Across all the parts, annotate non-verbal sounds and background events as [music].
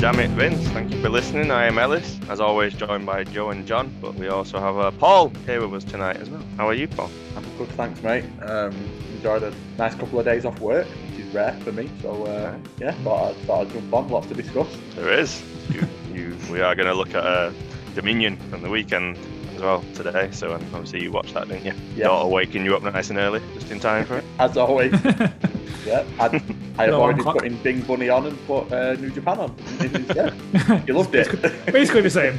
Damn it, Vince. Thank you for listening. I am Ellis, as always, joined by Joe and John, but we also have uh, Paul here with us tonight as well. How are you, Paul? I'm good, thanks, mate. Um, enjoyed a nice couple of days off work, which is rare for me. So uh, yeah, thought I'd, thought I'd jump on. Lots to discuss. There is. You, you, we are going to look at uh, Dominion on the weekend as well today. So um, obviously you watched that, didn't you? Yeah. Daughter waking you up nice and early, just in time for it. As always, That's yeah. I, I No, avoided I'm quite- putting Bing Bunny on and put uh, New Japan on. Yeah, you loved it. [laughs] basically the same.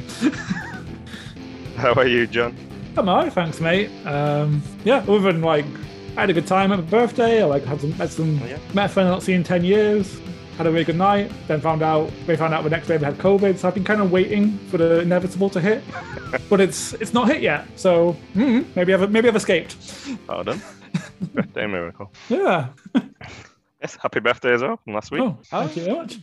How are you, John? I'm alright, thanks, mate. Um, yeah, other than like, I had a good time at my birthday. I like had some met some Oh, yeah. met a friend I not seen in ten years. Had a really good night. Then found out they found out the next day they had COVID. So I've been kind of waiting for the inevitable to hit, but it's it's not hit yet. So mm, maybe I've maybe I've escaped. Well done. birthday miracle. Yeah. Yes, happy birthday as well from last week. Oh, thank you very much.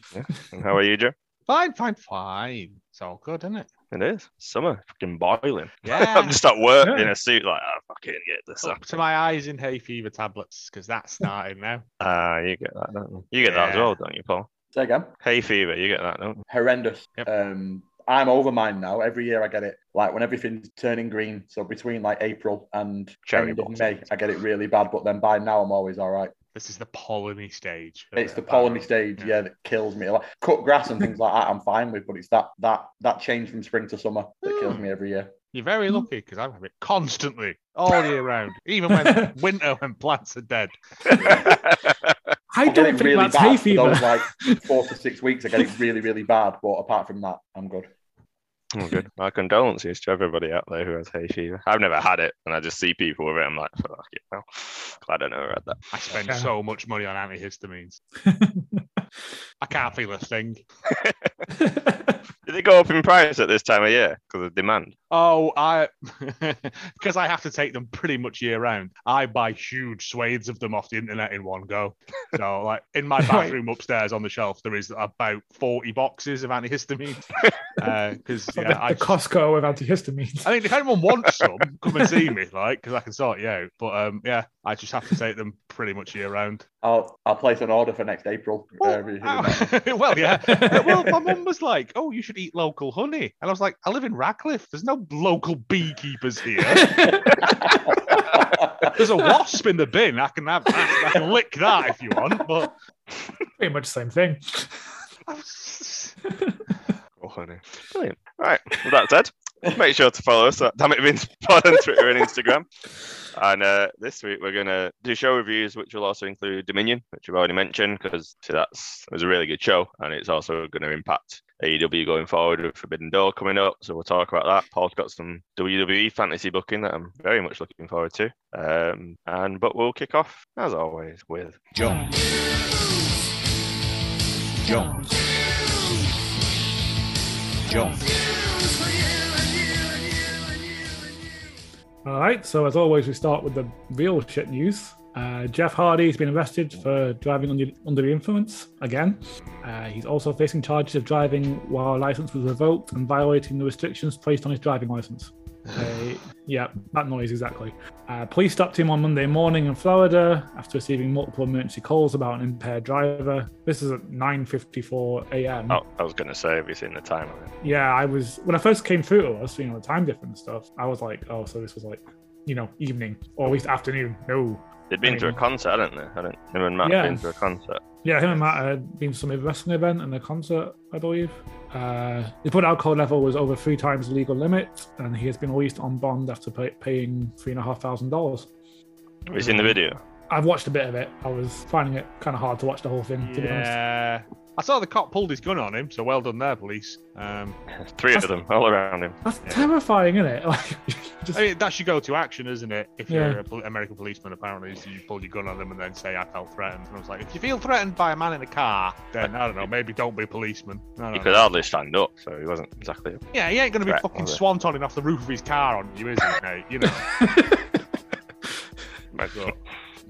And how are you, Joe? Fine, fine, fine. It's all good, isn't it? It is summer, fucking boiling. [laughs] I'm Yeah. just at work Yeah. in a suit, like I fucking get this. Up to my eyes in hay fever tablets because that's starting now. Ah, you get that, don't you? You get that as Yeah. well, don't you, Paul? [laughs] Say again. Hay fever, you get that, don't you? horrendous. Yep. Um, I'm over mine now. Every year I get it, like when everything's turning green. So between like April and Cherry end of blossom. May, I get it really bad. But then by now I'm always all right. This is the polleny stage. of It's it, the apparently. polleny stage, Yeah. yeah, that kills me. Like cut grass and things like that, I'm fine with. But it's that that that change from spring to summer that kills me every year. You're very lucky because I have it constantly, all year round, even when winter when plants are dead. I I get don't it think really that's bad hay for those fever. like four to six weeks. I get it really really bad. But apart from that, I'm good. Oh, good. My condolences to everybody out there who has hay fever. I've never had it, and I just see people with it. I'm like, fuck it. Well, glad I never had that. I spend Yeah. so much money on antihistamines. I can't feel a thing. [laughs] Do they go up in price at this time of year because of demand? Oh, I [laughs] because I have to take them pretty much year round. I buy huge swathes of them off the internet in one go. So, like in my [laughs] Right. bathroom upstairs on the shelf, there is about forty boxes of antihistamine. [laughs] Because It's like yeah, the, I, the Costco of antihistamines. I mean, if anyone wants some, come and see me, like because I can sort you out. But um, yeah, I just have to take them pretty much year round. I'll I'll place an order for next [laughs] April. Uh, Well, Every- ow. [laughs] well, [laughs] yeah. well, my mum was like, "Oh, you should eat local honey," and I was like, "I live in Radcliffe. There's no local beekeepers here." There's a wasp in the bin. I can have that. I can lick that if you want. But Pretty much the same thing. I was- Oh, honey. Brilliant. Right. With that said, make sure to follow us at Damn It Vince Pod on Twitter and Instagram. And uh, this week we're going to do show reviews, which will also include Dominion, which we've already mentioned because that's it was a really good show, and it's also going to impact AEW going forward with Forbidden Door coming up. So we'll talk about that. Paul's got some WWE fantasy booking that I'm very much looking forward to. Um, and but we'll kick off as always with Jones. Jones. Jones. All right, so as always, we start with the real shit news. Uh, Jeff Hardy has been arrested for driving under, under the influence again. Uh, he's also facing charges of driving while a license was revoked and violating the restrictions placed on his driving license. Uh, yeah, that noise exactly. Uh, police stopped him on Monday morning in Florida after receiving multiple emergency calls about an impaired driver. This is at 9:54 a.m. oh, I was going to say, have you seen the time of it? Yeah, I was when I first came through to us, you know, the time difference stuff. I was like, oh, so this was like, you know, evening or at least afternoon. No, They'd been to a Mm. concert, hadn't they? Hadn't him and Matt Yeah. been to a concert? yeah, him and Matt had been to some wrestling event and a concert, I believe. Uh, the blood alcohol level was over three times the legal limit, and he has been released on bond after pay- paying three and a half thousand dollars. Have you seen the video? [laughs] I've watched a bit of it. I was finding it kind of hard to watch the whole thing. To be honest, yeah. I saw the cop pulled his gun on him, so well done there, police. Um, Three of That's- them all around him. that's terrifying, isn't it? [laughs] Like, just, I mean, that should go to action, isn't it? If Yeah. you're an American policeman, apparently, is you pull your gun on them and then say, I felt threatened. And I was like, if you feel threatened by a man in a car, then I don't know, maybe don't be a policeman. I He Oh, don't could know. hardly stand up, so he wasn't exactly. Yeah, he ain't going to be Right, fucking was it? swantoning off the roof of his car on you, is he, mate? You know. [laughs]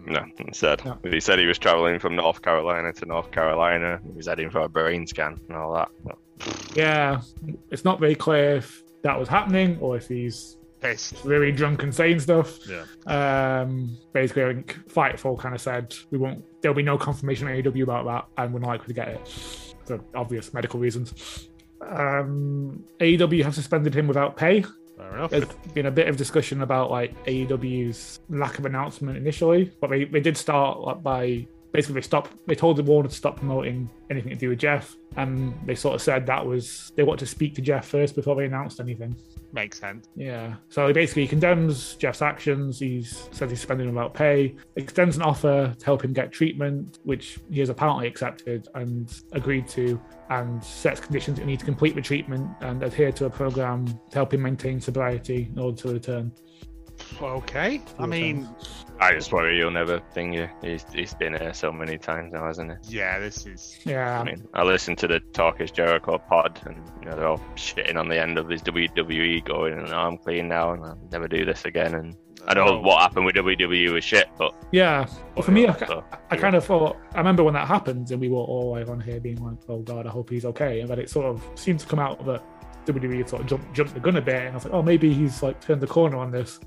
No, instead No. he said he was traveling from North Carolina to North Carolina. He was heading for a brain scan and all that. But yeah, it's not very clear if that was happening or if he's Pissed. really drunk and saying stuff. Yeah. Um, basically, I E think Fightful kind of said we won't. There'll be no confirmation on AEW about that, and we're not likely to get it. for obvious medical reasons. Um, AEW have suspended him without pay. Fair enough. There's been a bit of discussion about like AEW's lack of announcement initially, but they, they did start like, by basically they stopped. They told the Warner to stop promoting anything to do with Jeff, and they sort of said that was they want to speak to Jeff first before they announced anything. Makes sense. Yeah. So he basically condemns Jeff's actions. He's says he's spending without pay, extends an offer to help him get treatment, which he has apparently accepted and agreed to, and sets conditions that he need to complete the treatment and adhere to a program to help him maintain sobriety in order to return. Okay. I Your mean, I just worry you'll never think you. He's, he's been here so many times now, hasn't he? yeah, this is. Yeah. I mean, I listened to the Talk is Jericho pod, and you know they're all shitting on the end of his WWE going, and I'm clean now, and I'll never do this again. And I know Oh. what happened with WWE was shit, but yeah. Well, for me, I, ca- so, I kind of thought, I remember when that happened and we were all like on here being like, oh God, I hope he's okay. And then it sort of seemed to come out that WWE sort of jumped, jumped the gun a bit. And I was like, oh, maybe he's like turned the corner on this.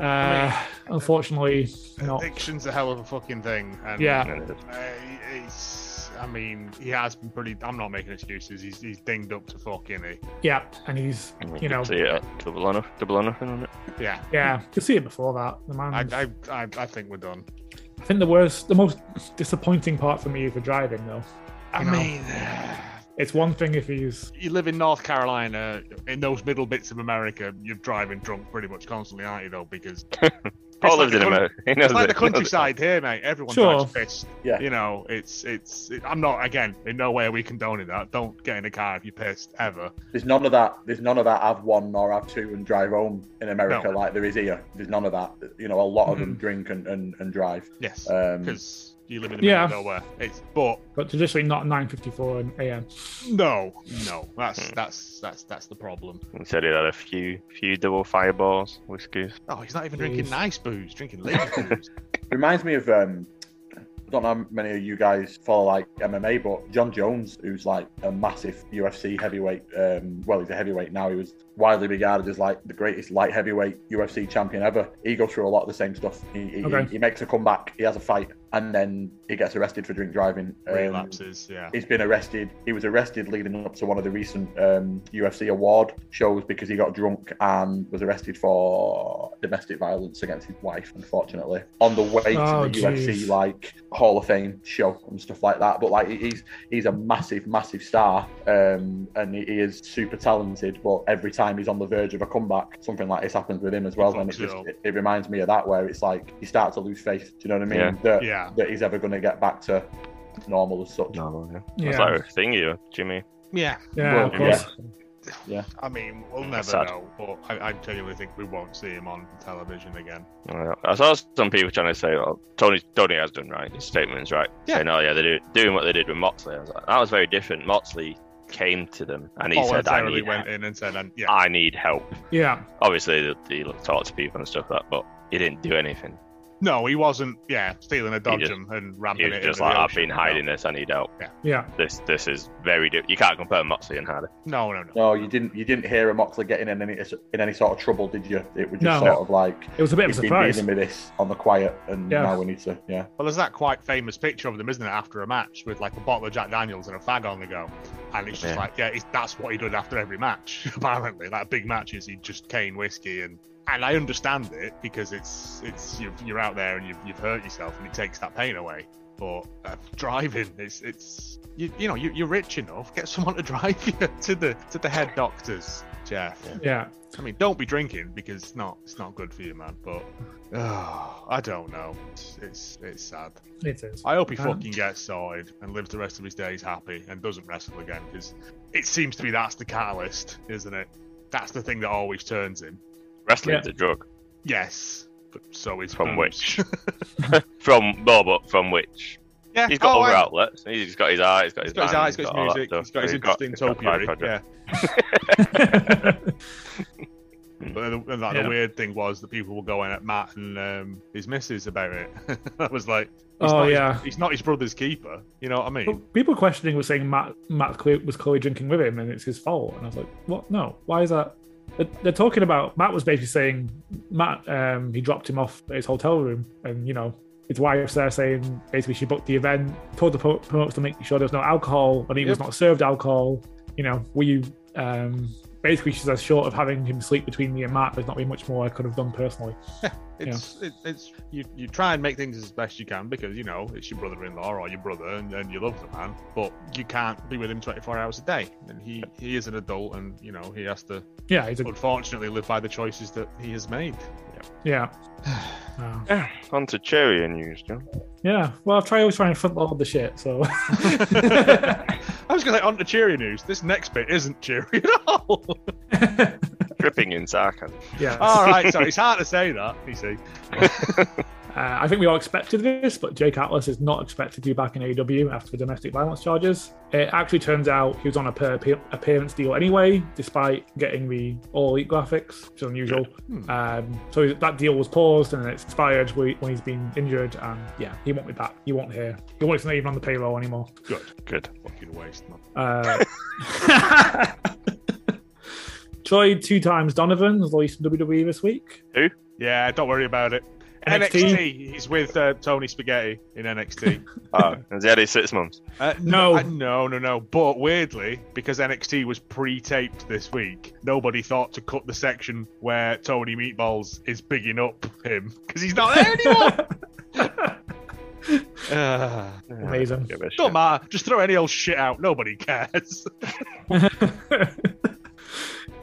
Uh, I unfortunately, not. Addiction's a hell of a fucking thing. And Yeah. Uh, it's, I mean, he has been pretty. I'm not making excuses. He's, he's dinged up to fuck, is Yeah. And he's, you know, see it at double or, noth- double or nothing on it. he? Yeah. yeah, you see it before that. The man. I, I, I, I think we're done. I think the worst, the most disappointing part for me is the driving, though. I You know. mean, It's one thing if he's, [sighs] you live in North Carolina, in those middle bits of America, you're driving drunk pretty much constantly, aren't you, though? Because. [laughs] Paul lives It's like the in coun- America. Oh, [laughs] He knows [laughs] It's like it. the He knows it. countryside here, mate. Everyone Sure. drives pissed. Yeah. You know, it's it's. It, I'm not again in no way are we condoning that. Don't get in a car if you're pissed ever. [laughs] There's none of that. There's none of that. Have one or have two and drive home in America No. like there is here. There's none of that. You know, a lot of Mm-hmm. them drink and, and, and drive. Yes, Um, because you live in the middle of Yeah. nowhere. It's but but traditionally not 9.54 a.m. no, no. That's that's that's that's the problem. He said he had a few, few double fireballs, whiskeys. Oh, he's not even drinking Jeez. nice booze. Drinking lazy [laughs] booze. Reminds me of um, I don't know how many of you guys follow like MMA, but John Jones, who's like a massive UFC heavyweight. Um, well, he's a heavyweight now. He was widely regarded as like the greatest light heavyweight UFC champion ever. He goes through a lot of the same stuff. He, he, Okay. he, he makes a comeback. He has a fight, and then he gets arrested for drink driving. Um, Relapses. Yeah. He's been arrested. He was arrested leading up to one of the recent um, UFC award shows because he got drunk and was arrested for domestic violence against his wife, unfortunately, on the way Oh, to the jeez. UFC like Hall of Fame show and stuff like that. But like he- he's he's a massive, massive star, um, and he, he is super talented. But every time he's on the verge of a comeback, something like this happens with him as well. And it fucks it just up. it, it reminds me of that where it's like you start to lose faith. Do you know what I mean? Yeah. That, Yeah. that he's ever going to get back to normal as such. No, yeah. Yeah. That's like a thing, you, Jimmy. Yeah. yeah, Well, of course. I mean, we'll That's sad. never know. But I, I genuinely think we won't see him on television again. Yeah. Uh, I saw some people trying to say, "Oh, Tony, Tony has done right. His statement's right." Yeah. Saying, "Oh yeah, they're do- doing what they did with Moxley." I was like, "That was very different." Moxley came to them and Oh, he said, "I Voluntarily need, went in and said, and, "Yeah, I need help." Yeah. Obviously, he- he looked talked to people and stuff like that, but he didn't do anything. no, he wasn't. Yeah, stealing a just- dodgem and He ramping was it." just into the like, "I've ocean." been hiding this. I need help." Yeah. This, this is very. Di- you can't compare Moxley and Hardy. No, no, no. No, you didn't. You didn't hear a Moxley getting in any in any sort of trouble, did you? It was just No. sort of like It was a bit of a he's been surprise. dealing with this on the quiet, and Yeah. now we need to. Yeah, Well, there's that quite famous picture of them, isn't it, after a match with like a bottle of Jack Daniels and a fag on the go, and it's just Yeah. like, yeah, it's, that's what he did after every match. [laughs] Apparently, like big matches, he just cane whiskey and. And I understand it because it's it's you've, you're out there and you've, you've hurt yourself and it takes that pain away. But uh, driving, it's it's you, you know you, you're rich enough, get someone to [laughs] drive you to the to the head doctors, Jeff. Yeah. I mean, don't be drinking because it's not it's not good for you, man. But [sighs] oh, I don't know. It's it's, it's sad. It is. I hope he Um, fucking gets sorted and lives the rest of his days happy and doesn't wrestle again because it seems to be that's the catalyst, isn't it? That's the thing that always turns him. Wrestling's Yeah. a drug. Yes, but so is From booze. From no, but from which [laughs] yeah, he's got oh, other I- outlets. He's got his art. He's got He's his. got his band, eyes, he's got all his that music, stuff. he's got his interesting got side topiary. projects. Yeah, [laughs] but the, and like, Yeah. the weird thing was that people were going at Matt and um, his missus about it. [laughs] I was like, he's oh not his- yeah. Oh, he's not his brother's keeper. You know what I mean? But people questioning were saying Matt Matt Cle- was clearly drinking with him and it's his fault. And I was like, what? No. Why is that? They're, they're talking about Matt was basically saying Matt um, he dropped him off at his hotel room and you know his wife's there saying basically she booked the event, told the pro- promoters to make sure there was no alcohol, and he was Yep. not served alcohol. You know, were you um, basically she's as short of having him sleep between me and Matt. There's not been much more I could have done personally. It's it, it's you, you try and make things as best you can because you know it's your brother-in-law or your brother and, and you love the man, but you can't be with him 24 hours a day. And he he is an adult and you know he has to Yeah, he's a, unfortunately live by the choices that he has made. [laughs] yeah. [sighs] Uh, On to Cherry news, John. yeah, well, I try always try and front load the shit. [laughs] So [laughs] I was going to say on to cheery news. This next bit isn't cheery at all. [laughs] Dripping in sarcasm. yeah, all right, so it's hard to say that. You see, Uh, I think we all expected this, but Jake Atlas is not expected to be back in AEW after the domestic violence charges. It actually turns out he was on a per appear- appearance deal anyway, despite getting the All Elite graphics, which is unusual. Hmm. Um, so that deal was paused and it's expired when when he's been injured. And yeah, he won't be back. He won't hear. He won't not even on the payroll anymore. Good. fucking waste. Man. Uh, [laughs] tried two times Donovan, was released from WWE this week. Yeah, don't worry about it. NXT? NXT, he's with uh, Tony Spaghetti in NXT. [laughs] Oh, has he had his six months? Uh, No. uh, no, no, no. But weirdly, because NXT was pre-taped this week, nobody thought to cut the section where Tony Meatballs is bigging up him because he's not there [laughs] anymore. uh, Amazing. Give a don't shit. matter. Just throw any old shit out. Nobody cares. [laughs] [sighs]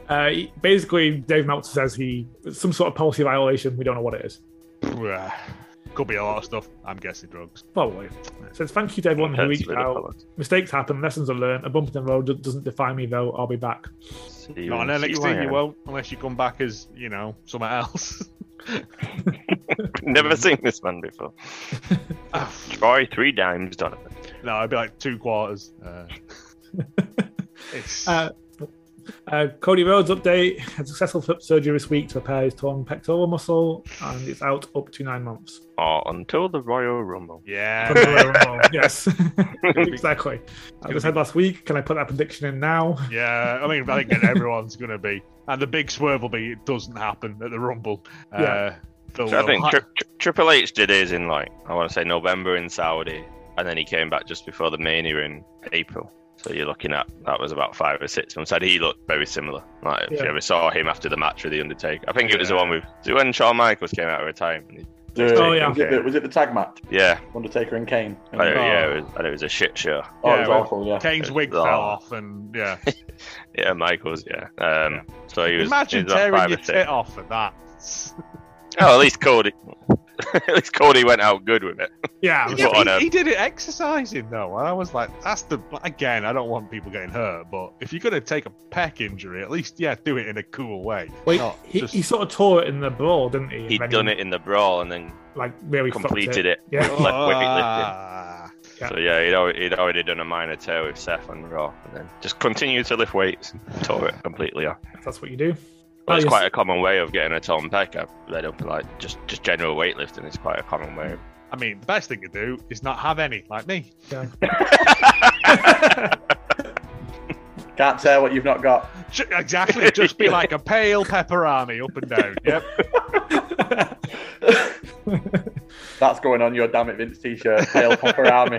Uh, he- basically, Dave Meltzer says he some sort of policy violation. We don't know what it is. Could be a lot of stuff. I'm guessing drugs. Probably. Says thank you to everyone who That's reached really out. valid. Mistakes happen. Lessons are learned. A bump in the road do- doesn't define me though. I'll be back. See you Not in on NXT, you CYN. won't, unless you come back as you know somewhere else. [laughs] Never seen this man before. Try three dimes, Donovan. no, it'd be like two quarters. Uh, [laughs] it's Uh, uh, Cody Rhodes update: had successful foot surgery this week to repair his torn pectoral muscle, and it's out up to nine months. Or until the Royal Rumble. yeah. [laughs] yes, exactly. As I said last week, can I put that prediction in now? [laughs] Yeah, I mean, I think everyone's going to be. And the big swerve will be it doesn't happen at the Rumble. Yeah. Uh, Phil So I will think ha- tri- tri- Triple H did his in like I want to say November in Saudi, and then he came back just before the Mania in April. So you're looking at that was about five or six months. And he looked very similar. Like if Yeah. you ever saw him after the match with the Undertaker, I think it was the Yeah. one with when Shawn Michaels came out of retirement. The- Oh, yeah. Was it, the, was it the tag match? Yeah, Undertaker and Kane. I- Oh, yeah, it was, and it was a shit show. Oh, it was Yeah, awful. Yeah. Kane's wig Oh. fell off, and yeah. Yeah, Michaels. Yeah. Um, [laughs] so he was. Imagine he was on tearing five or your six. tit off at that. Oh, at least Cody. [laughs] at least Cody went out good with it. Yeah, He Yeah, put on but a- he, he did it exercising though, and I was like, "That's the again." I don't want people getting hurt, but if you're gonna take a peck injury, at least yeah, do it in a cool way. Wait, not he, just- he sort of tore it in the brawl, didn't he? And He'd then done it in the brawl and then Like really fucked completed it. Yeah. Left wicket lifting. Ah. Yeah. So yeah, he'd already, he'd already done a minor tear with Seth on Raw, and then just continued to lift weights, and tore it completely off. That's what you do. Oh, Well, it's yes. quite a common way of getting a torn pec. I've read up like just just general weightlifting is quite a common way. Of... I mean, the best thing to do is not have any, like me. [laughs] Can't tear what you've not got. Ju- Exactly, [laughs] just be like a pale pepperami up and down. Yep. That's going on your damn it Vince t-shirt. Pale Popper [laughs] Army. [laughs]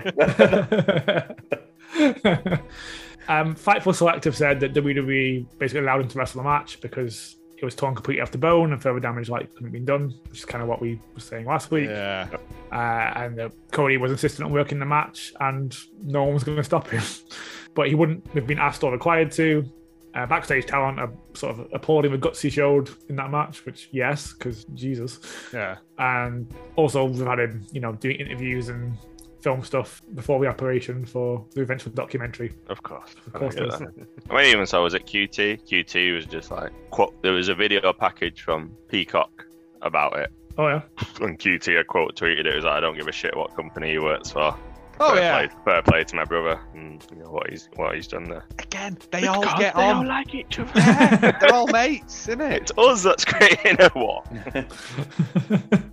um, Fightful Selective said that WWE basically allowed him to wrestle the match because it was torn completely off the bone and further damage like couldn't have been done, which is kind of what we were saying last week. Yeah. Uh, and that Cody was insistent on working the match, and no one was going to stop him, [laughs] but he wouldn't have been asked or required to. Uh, backstage talent are sort of applauding the guts he showed in that match, which yes, because Jesus Yeah. and also we've had him, you know, doing interviews and film stuff before the operation for the eventual documentary. Of course, Of course, I, get there's- that. I mean, even so, was it QT? QT was just like quote, there was a video package from Peacock about it, oh yeah, and QT I quote tweeted it was like, "I don't give a shit what company he works for." Oh fair yeah. play, fair play to my brother and you know, what he's what he's done there. Again, they all Because get they on. all like each other. yeah, they're all mates, isn't it? It's us that's [laughs] creating a war.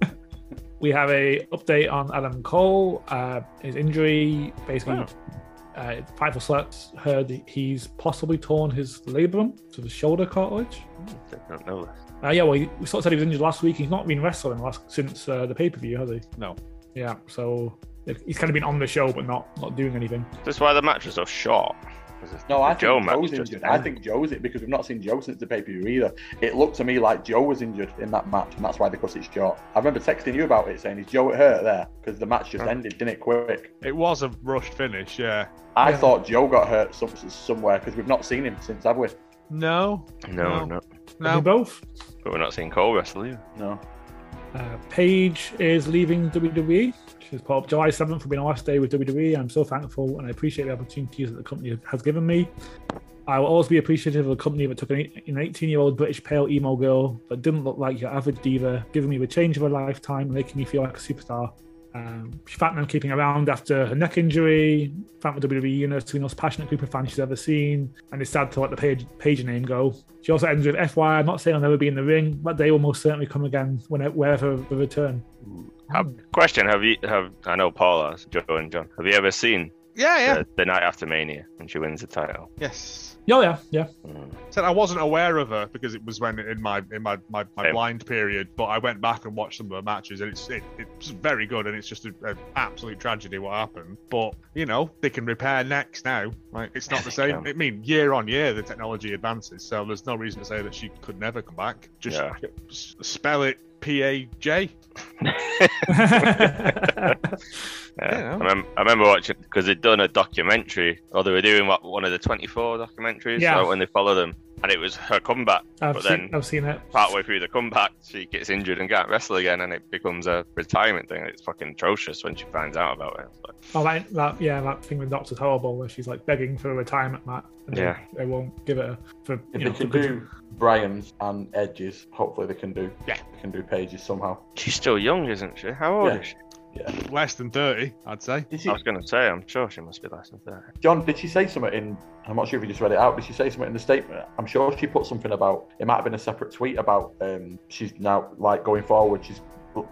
[laughs] we have a update on Adam Cole, uh, his injury. Basically, Oh. uh, Fightful Select heard he's possibly torn his labrum, so the shoulder cartilage. Don't know this. Uh, yeah, well, he, we sort of said he was injured last week. He's not been wrestling last since uh, the pay per view, has he? No. Yeah, so he's kind of been on the show but not not doing anything. That's why the match was so short. No, I think Joe match Joe's just injured. I ended. think Joe's it because we've not seen Joe since the pay per view either. It looked to me like Joe was injured in that match, and that's why they cut it short. I remember texting you about it, saying, "Is Joe hurt there?" Because the match just Huh. ended, didn't it? Quick. It was a rushed finish, yeah. I Yeah. thought Joe got hurt some, somewhere because we've not seen him since, have we? No, No, No. no. Have you no. both. But we're not seeing Cole wrestle either. No. Uh, Paige is leaving WWE. She's part of July 7th for being our last day with WWE. I'm so thankful and I appreciate the opportunities that the company has given me. I will always be appreciative of a company that took an eight- an 18 year old British pale emo girl that didn't look like your average diva, giving me the change of a lifetime and making me feel like a superstar. Um, she thanked them keeping around after her neck injury, thanked the WWE E Universe to the most passionate group of fans she's ever seen, and it's sad to let the page, page name go. She also ends with FY, I'm not saying I'll never be in the ring, but they will most certainly come again when, wherever the return. Question: Have you have I know Paul has Joe and John. Have you ever seen Yeah, yeah. the, the night after Mania when she wins the title? Yes. Oh, yeah, yeah. [laughs] Mm. Said I wasn't aware of her because it was when in my in my, my, my Same. blind period, but I went back and watched some of her matches, and it's it, it's very good, and it's just an absolute tragedy what happened. But you know they can repair necks now. Like it's not the same. Yeah. I mean, year on year the technology advances, so there's no reason to say that she could never come back. Just Yeah. s- spell it P A J. [laughs] Yeah. Yeah. I, remem- I remember watching because they'd done a documentary, or they were doing what, one of the 24 documentaries Yeah. so when they follow them, and it was her comeback. I've, But seen, then- I've seen it. Partway through the comeback, she gets injured and can't wrestle again, and it becomes a retirement thing. It's fucking atrocious when she finds out about it. It's like, Oh, that, that yeah, that thing with Doctor's horrible, where she's like begging for a retirement mat, and they- Yeah. they won't give it her for If you they know for can good- do Brian's and Edge's, hopefully they can do. Yeah. they can do Pages somehow. She's still young, isn't she? How old Yeah. is she? Less than thirty, I'd say. Did she, I was going to say, I'm sure she must be less than 30. John, did she say something in? I'm not sure if you just read it out. Did she say something in the statement? I'm sure she put something about. It might have been a separate tweet about. Um, she's now like going forward. She's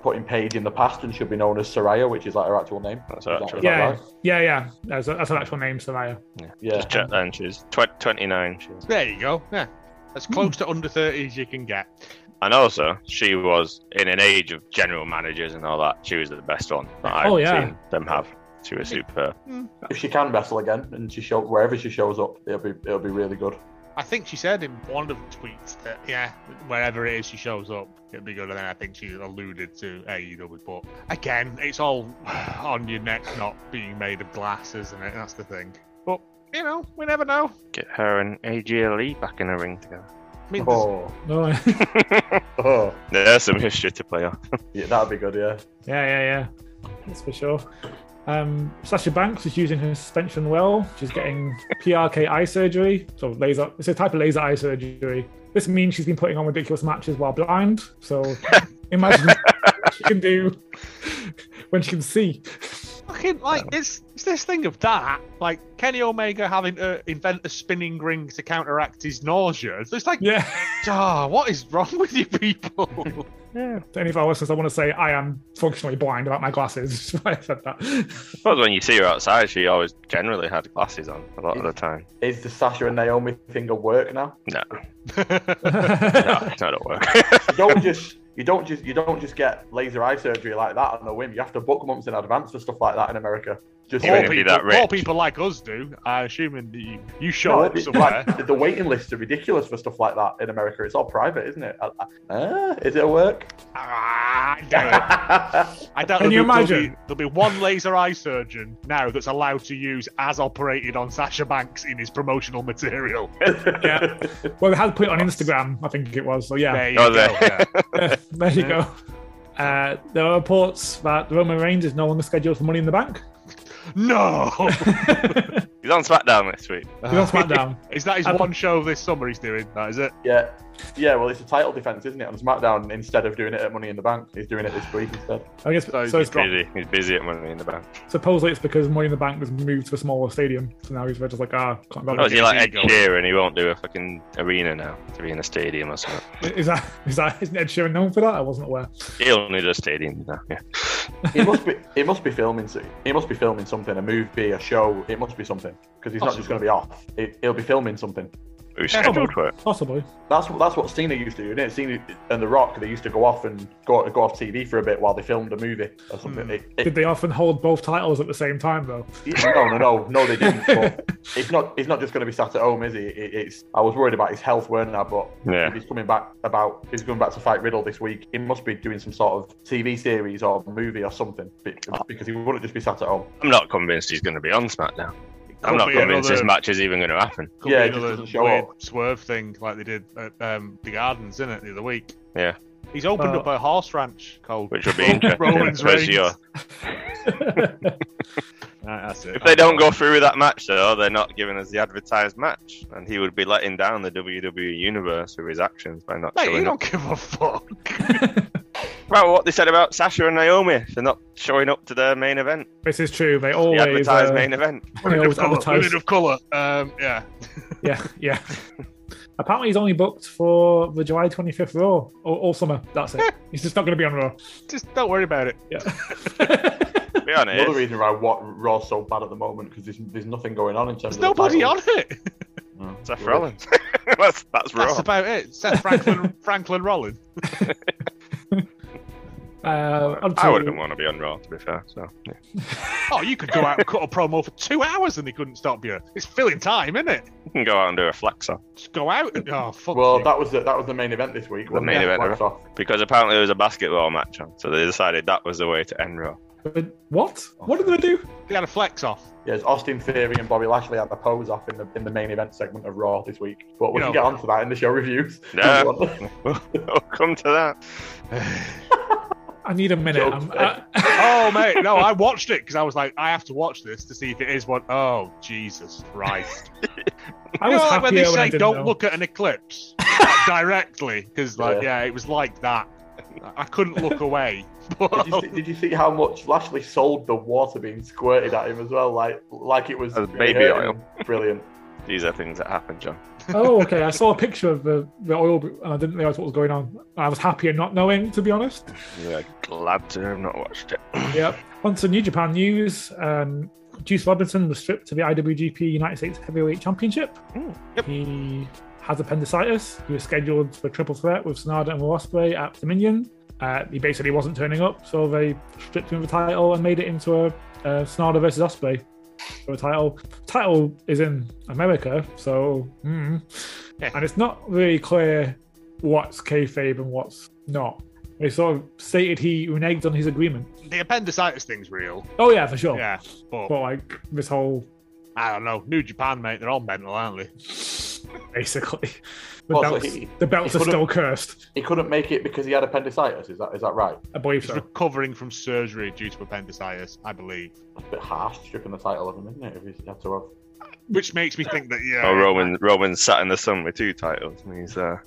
putting Paige in the past and she'll be known as Soraya, which is like her actual name. That's Is that- actually. is that Yeah. right? Yeah, yeah, that's, that's her actual name, Soraya. Yeah. Just check then, she's tw- 29. She is. There you go. Yeah, as close to under thirty as you can get. And also, she was in an age of general managers and all that. She was the best one that I've Oh, yeah. seen them have. She was superb. If she can wrestle again and she show wherever she shows up, it'll be it'll be really good. I think she said in one of the tweets that yeah, wherever it is she shows up, it'll be good. And then I think she alluded to AEW, but again, it's all [sighs] on your neck not being made of glass, isn't it? That's the thing. But you know, we never know. Get her and AGLE back in a ring together. [laughs] I mean, there's- [laughs] Oh, No, [laughs] yeah, oh, There's some history to play off. yeah, that'd be good. Yeah. yeah, yeah, that's for sure. Um, Sasha Banks is using her suspension well. She's getting PRK eye surgery, so laser. It's a type of laser eye surgery. This means she's been putting on ridiculous matches while blind. So imagine what she can do when she can see. [laughs] fucking like it's it's this thing of that, like Kenny Omega having to invent a spinning ring to counteract his nausea. It's just like, Yeah. ah, what is wrong with [laughs] you people? Yeah. To any of our listeners, I want to say I am functionally blind without my glasses. [laughs] That's why I said that. [laughs] But when you see her outside, she always generally had glasses on a lot of the [laughs] time. Is the Sasha and Naomi thing a work now? No, [laughs] no, yeah, it's not at work. You don't just you don't just you don't just get laser eye surgery like that on a whim. You have to book months in advance for stuff like that in America. Just Even More if people, you're that more rich. people like us do. I assuming that you, you show No, up it- somewhere. [laughs] like, the waiting lists are ridiculous for stuff like that in America. It's all private, isn't it? Uh, uh, is it a work? Ah, I doubt it. I doubt Can there'll you be- there'll be- imagine? There'll be, one laser eye surgeon now that's allowed to use as operated on Sasha Banks in his promotional material. [laughs] Yeah. well, they had put it on Instagram, I think it was. So yeah, There you Oh, go. there. yeah. [laughs] there you go. Uh, there are reports that Roman Reigns is no longer scheduled for Money in the Bank. No! He's on SmackDown this week. He's on [laughs] SmackDown. Is that his I- one show this summer he's doing? That is it? yeah. Yeah, well, it's a title defense, isn't it? On SmackDown, instead of doing it at Money in the Bank, he's doing it this week instead. I guess so. So it's got- Busy. He's busy at Money in the Bank. supposedly, it's because Money in the Bank was moved to a smaller stadium, so now he's just like, ah, can't Oh, bother. is he like Ed Busy going. Sheeran? He won't do a fucking arena now to be in a stadium or something. Is that is that isn't Ed Sheeran known for that? I wasn't aware. He'll need a stadium now. Yeah. He must be. He must be filming. so- He must be filming something, a movie, a show. It must be something because he's not just going to be off. He, he'll be filming something. who's scheduled for it. Possibly. That's that's what Cena used to do. Didn't it? Cena and The Rock they used to go off and go go off TV for a bit while they filmed a movie or something. Hmm. It- it- Did they often hold both titles at the same time though? [laughs] no, no, no, no, they didn't. But it's not it's not just going to be sat at home, is he? It, it's I was worried about his health, weren't I? But if Yeah. he's coming back about he's going back to fight Riddle this week. He must be doing some sort of TV series or movie or something be- because he wouldn't just be sat at home. I'm not convinced he's going to be on SmackDown. I'm Could not be convinced another- this match is even going to happen. Could Yeah, it be just another doesn't show weird up. swerve thing like they did at um, the Gardens, innit, the other week. Yeah. He's opened Uh, up a horse ranch called Which would be interesting, Roman's because Reigns. you're- Right, that's it. If they don't go through with that match, though, they're not giving us the advertised match, and he would be letting down the WWE universe with his actions by not Mate, you showing up. don't give a fuck. Right, what they said about Sasha and Naomi for not showing up to their main event, this is true. They the always advertised uh, main [laughs] event. they Women always of colour. advertise. Women of colour. Um, yeah. Yeah, yeah. Apparently, he's only booked for the July 25th Raw all, all summer. That's it. [laughs] he's just not going to be on Raw. Just don't worry about it. Yeah. To be Another honest, reason why what Raw's so bad at the moment because there's, there's nothing going on in terms There's of nobody the on it. on. Seth Rollins. [laughs] that's that's raw. That's about it. Seth [laughs] Franklin, Franklin Rollins. [laughs] uh, on I wouldn't to- want to be on Raw, to be fair. So yeah. Oh, you could go out and cut a promo for two hours and they couldn't stop you. It's filling time, isn't it? you can go out and do a flex off Just go out. And, oh, fuck. Well, you. that was the, that was the main event this week. The wasn't main it? event, Wiped off. because apparently there was a basketball match on, so they decided that was the way to end Raw. [laughs] But What? Oh, What did they do? they had a flex off. [sighs] Yes, Austin Theory and Bobby Lashley had the pose off in the in the main event segment of Raw this week. But we You can know- get onto that in the show reviews. Yeah. we'll we'll come to that. I need a minute. Joke. I'm, uh, I, [laughs] Oh, mate. No, I watched it because I was like, I have to watch this to see if it is one oh Jesus Christ. [laughs] I you was know, like happier Oh, when they when I say didn't don't know. look at an eclipse like, [laughs] directly because, like, yeah. it was like that. I couldn't look away. [laughs] Did you, see, did you see how much Lashley sold the water being squirted at him as well? Like like it was As really baby hurting him. Brilliant. These are things that happen, John. [laughs] Oh, okay. I saw a picture of the, the oil, br- and I didn't realize what was going on. I was happier not knowing, to be honest. Yeah, glad to have not watched it. Yep. On to New Japan news. Um, Juice Robinson was stripped to the IWGP United States Heavyweight Championship. He has appendicitis. He was scheduled for triple threat with Sonada and Osprey at Dominion. Uh, he basically wasn't turning up, so they stripped him of the title and made it into a uh, Sonada versus Osprey for the title. Title is in America, so mm. Yeah. and it's not really clear what's kayfabe and what's not. They sort of stated he reneged on his agreement. the appendicitis thing's real. Oh yeah, for sure. Yeah. But But like this whole I don't know. New Japan, mate. They're all mental, aren't they? basically the Well, so belts, he- the belts he are could've- still cursed. He couldn't make it because he had appendicitis. Is that is that right? I believe He's so. recovering from surgery due to appendicitis, I believe. That's a bit harsh, stripping the title of him, isn't it? If he's had to have. Which makes me think that, yeah. Oh, Roman Roman sat in the sun with two titles, and he's [laughs] uh,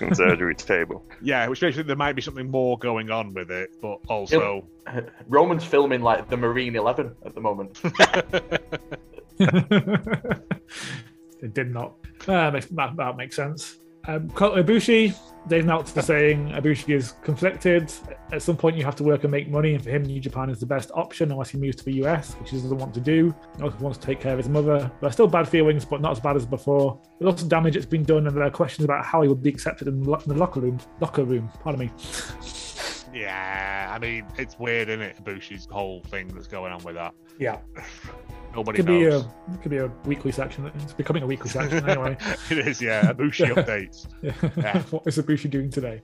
on surgery table. Yeah, which makes me think there might be something more going on with it, but also. Roman's filming like the Marine Eleven at the moment. it did not. Uh, makes- that, that makes sense. Um, Kota Ibushi, Dave Meltzer is saying Ibushi is conflicted. At some point, you have to work and make money, and for him, New Japan is the best option unless he moves to the US, which he doesn't want to do. He also wants to take care of his mother. There are still bad feelings, but not as bad as before. There's lots of damage that's been done, and there are questions about how he will be accepted in the lo- in the locker room. Locker room, pardon me. [laughs] Yeah, I mean, it's weird, isn't it? Bushi's whole thing that's going on with that. Yeah, Nobody could be a knows. it could be a weekly section. It's becoming a weekly section [laughs] anyway. [laughs] it is, yeah. [laughs] Bushi updates. Yeah. Yeah. [laughs] what is Ibushi doing today?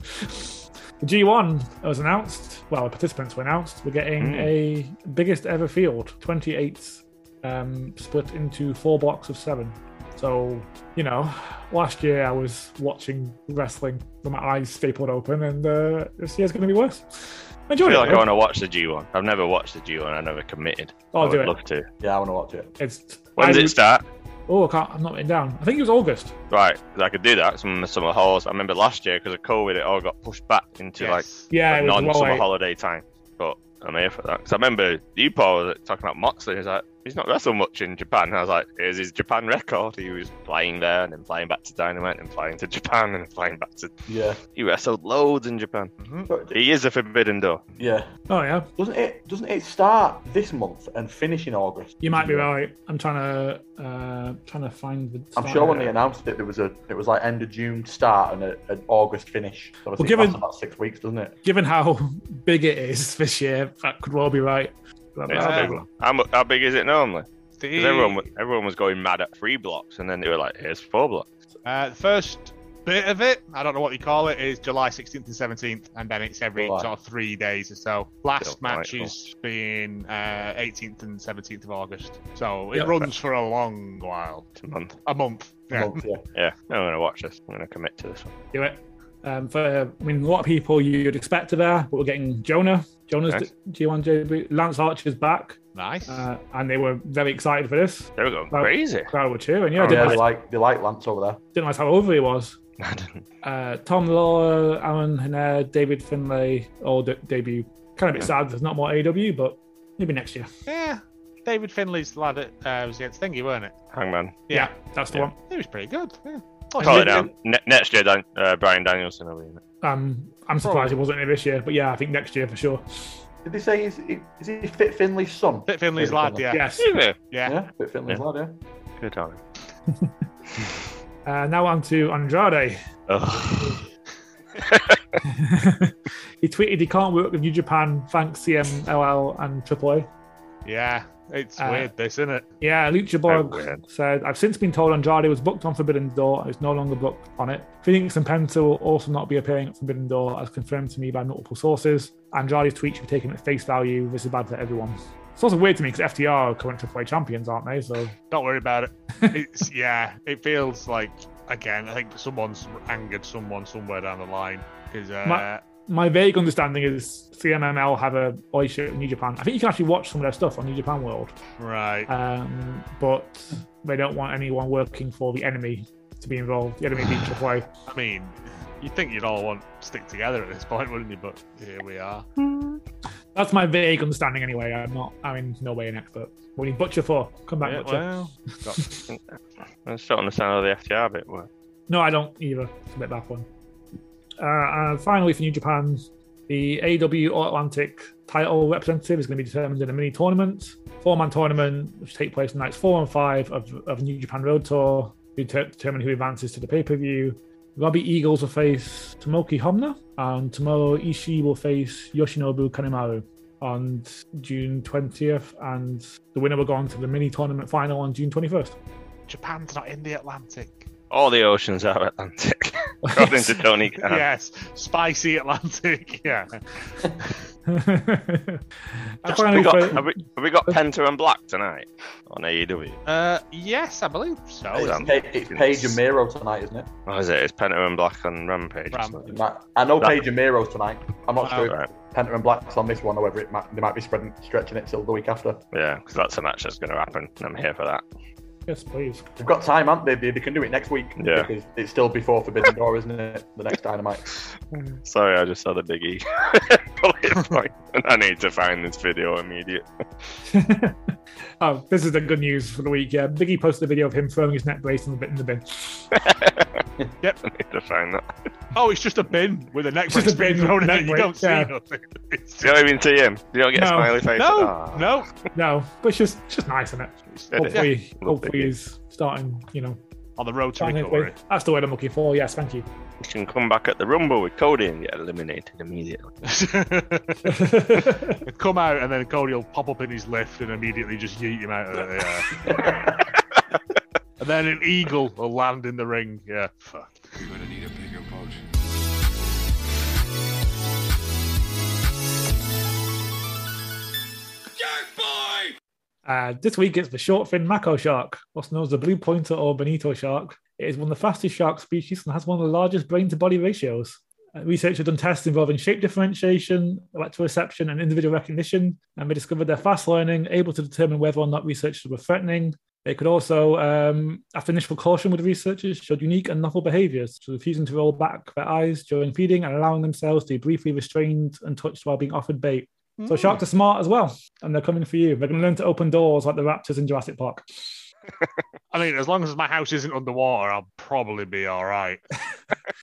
The G1 was announced. Well, the participants were announced. We're getting Hmm. a biggest ever field, 28, um, split into four blocks of seven. So, you know, last year I was watching wrestling with my eyes stapled open, and uh, this year's going to be worse. I Enjoy feel it. like I though. want to watch the G1. I've never watched the G1. I never committed. I I'll would do it. love to. Yeah, I want to watch it. It's When does I- it start? Oh, I can't, I'm not written down. I think it was August. Right, 'cause I could do that. Some summer halls. I remember last year because of COVID, it all got pushed back into Yes. Yeah, like it was non well summer late. holiday time. But I'm here for that because I remember you, Paul, was talking about Moxley. He's like, he's not wrestled much in Japan. And I was like, here's his Japan record. He was flying there and then flying back to Dynamite and flying to Japan and flying back to. Yeah. He wrestled loads in Japan. Mhm. He is a Forbidden Door. Yeah. Oh yeah, Doesn't it? Doesn't it start this month and finish in August? you might be right. I'm trying to uh, trying to find the. I'm sure when they announced it, there was a it was like end of June start and a, an August finish. So I think given- that's about six weeks, doesn't it? given how [laughs] big it is this year, that could well be right. It's Yeah. a big one. How, mu- how big is it normally? The, Because everyone, wa- everyone was going mad at three blocks, and then they were like, here's four blocks. uh, the first bit of it, I don't know what you call it, is July 16th and 17th, and then it's every July. sort of three days or so. Delightful. Last match is being uh, 18th and 17th of August, so it Yep. runs for a long while, It's a month. a month. Yeah. Month, yeah. Yeah, I'm going to watch this. I'm going to commit to this one. Do it. Um, for I mean, a lot of people you'd expect to there, but we're getting Jonah. Jonah's Nice. G1 JB. Lance Archer's back, Nice. uh, and they were very excited for this. They were going Well- crazy. [laughs] Crowd were cheering. Oh, Yeah, didn't, Yeah, they realize, like they like Lance over there. didn't realize how over he was. I didn't- Uh, Tom Law, Aaron Hanair, David Finlay, all de- debut. Kind of a bit sad. There's not more AW, but maybe next year. yeah. David Finley's the lad at uh, was against Thingy, weren't it? Hangman. Yeah. that's the Yeah. one. He was pretty good. Yeah. Call it down. Ne- next year, Dan- uh, Brian Danielson will be in it. Um, I'm surprised he wasn't in this year, but yeah, I think next year for sure. Did they say he's, is he Fit Finley's son? Fit Finley's David lad, Finlay. yeah. Yes. Yeah. yeah. Yeah, Fit Finley's Yeah. lad. Yeah. Good on him. Uh, now on to Andrade. Ugh. he tweeted he can't work with New Japan, thanks CMLL and AAA. Yeah, it's Uh, weird, this, isn't it? Yeah, Lucha Borg weird. said, I've since been told Andrade was booked on Forbidden Door and is no longer booked on it. Phoenix and Penta will also not be appearing at Forbidden Door, as confirmed to me by multiple sources. Andrade's tweet should be taken at face value. This is bad for everyone. It's also weird to me because FTR are current AAA champions, aren't they? So Don't worry [laughs] about it. It's yeah, it feels like again. I think someone's angered someone somewhere down the line because uh, Ma- my vague understanding is CMML have a relationship with New Japan. I think you can actually watch some of their stuff on New Japan World. right, um, but they don't want anyone working for the enemy to be involved. The enemy [sighs] being Triple A. I mean, you'd think you'd all want to stick together at this point, wouldn't you? But here we are. That's my vague understanding, anyway. I'm not. I'm in no way an expert. We need Butcher for come back, Yeah, Butcher. well, got- [laughs] I still don't understand how the FTR bit works. No, I don't either. It's a bit bad one. Uh, and finally, for New Japan, the AW All Atlantic title representative is going to be determined in a mini tournament, four man tournament, which take place on nights four and five of, of New Japan Road Tour, to ter- determine who advances to the pay per view. Robbie Eagles will face Tomoki Homna, and tomorrow Ishii will face Yoshinobu Kanemaru on June 20th, and the winner will go on to the mini tournament final on June 21st. Japan's not in the Atlantic. All the oceans are [laughs] Atlantic, according to Tony Khan. Yes, spicy Atlantic. [laughs] Yeah, And Have finally we, got, for- have, we, have we got Penta and Black tonight on E AEW? uh, yes, I believe so. Oh, it's, damn. Pa- it's Paige and Miro tonight, isn't it? What is it? It's Penta and Black on Rampage. or Ram- something? It might- I know No. Paige and Miro's tonight. I'm not Oh, sure right. if Penta and Black's on this one, or whether it might, they might be spreading, stretching it till the week after. Yeah, because that's a match that's going to happen. and I'm here for that. Yes, please. They've got time, haven't they? They, they can do it next week. Yeah. Because it's still before Forbidden Door, isn't it? The next Dynamite. Sorry, I just saw the Big E [laughs] bullet point, and I need to find this video immediately. oh, this is the good news for the week. Yeah, Biggie posted a video of him throwing his neck brace in the bin. In the bin. I need to find that. Oh, it's just a bin with a neck Just brace a bin being thrown in neck it. You brace, don't see yeah. nothing. [laughs] It's Do you just, not even see him? Do you not get a No. smiley face? no, Ah, no. No, but it's just just nice, isn't it? it's- Hopefully, Love hopefully Biggie. he's starting. You know, On the road to starting his recovery. way. that's the word I'm looking for. Yes, thank you. [laughs] You can come back at the Rumble with Cody and get eliminated immediately. [laughs] come out and then Cody will pop up in his lift and immediately just yeet him out of it. Yeah. and then an eagle will land in the ring. Yeah, fuck. You're gonna need a bigger boat. Uh, this week it's the short fin mako shark, also known as the blue pointer or bonito shark. It is one of the fastest shark species and has one of the largest brain to body ratios. Uh, Researchers have done tests involving shape differentiation, electroreception, and individual recognition, and they discovered they're fast learning, able to determine whether or not researchers were threatening. They could also, um, after initial caution with the researchers, showed unique and novel behaviors, such as refusing to roll back their eyes during feeding and allowing themselves to be briefly restrained and touched while being offered bait. So sharks are smart as well, and they're coming for you. They're going to learn to open doors like the raptors in Jurassic Park. I mean, as long as my house isn't underwater, I'll probably be all right.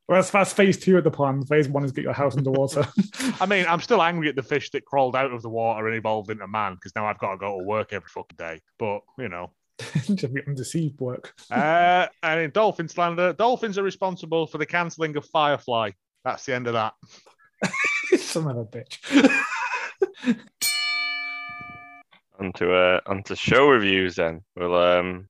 Whereas that's phase two of the plan. Phase one is get your house underwater. [laughs] I mean, I'm still angry at the fish that crawled out of the water and evolved into man because now I've got to go to work every fucking day. But, you know. Just get undeceived work. [laughs] Uh, and in dolphin slander, dolphins are responsible for the cancelling of Firefly. That's the end of that. Son of a bitch. Onto uh, onto show reviews then. Well, um,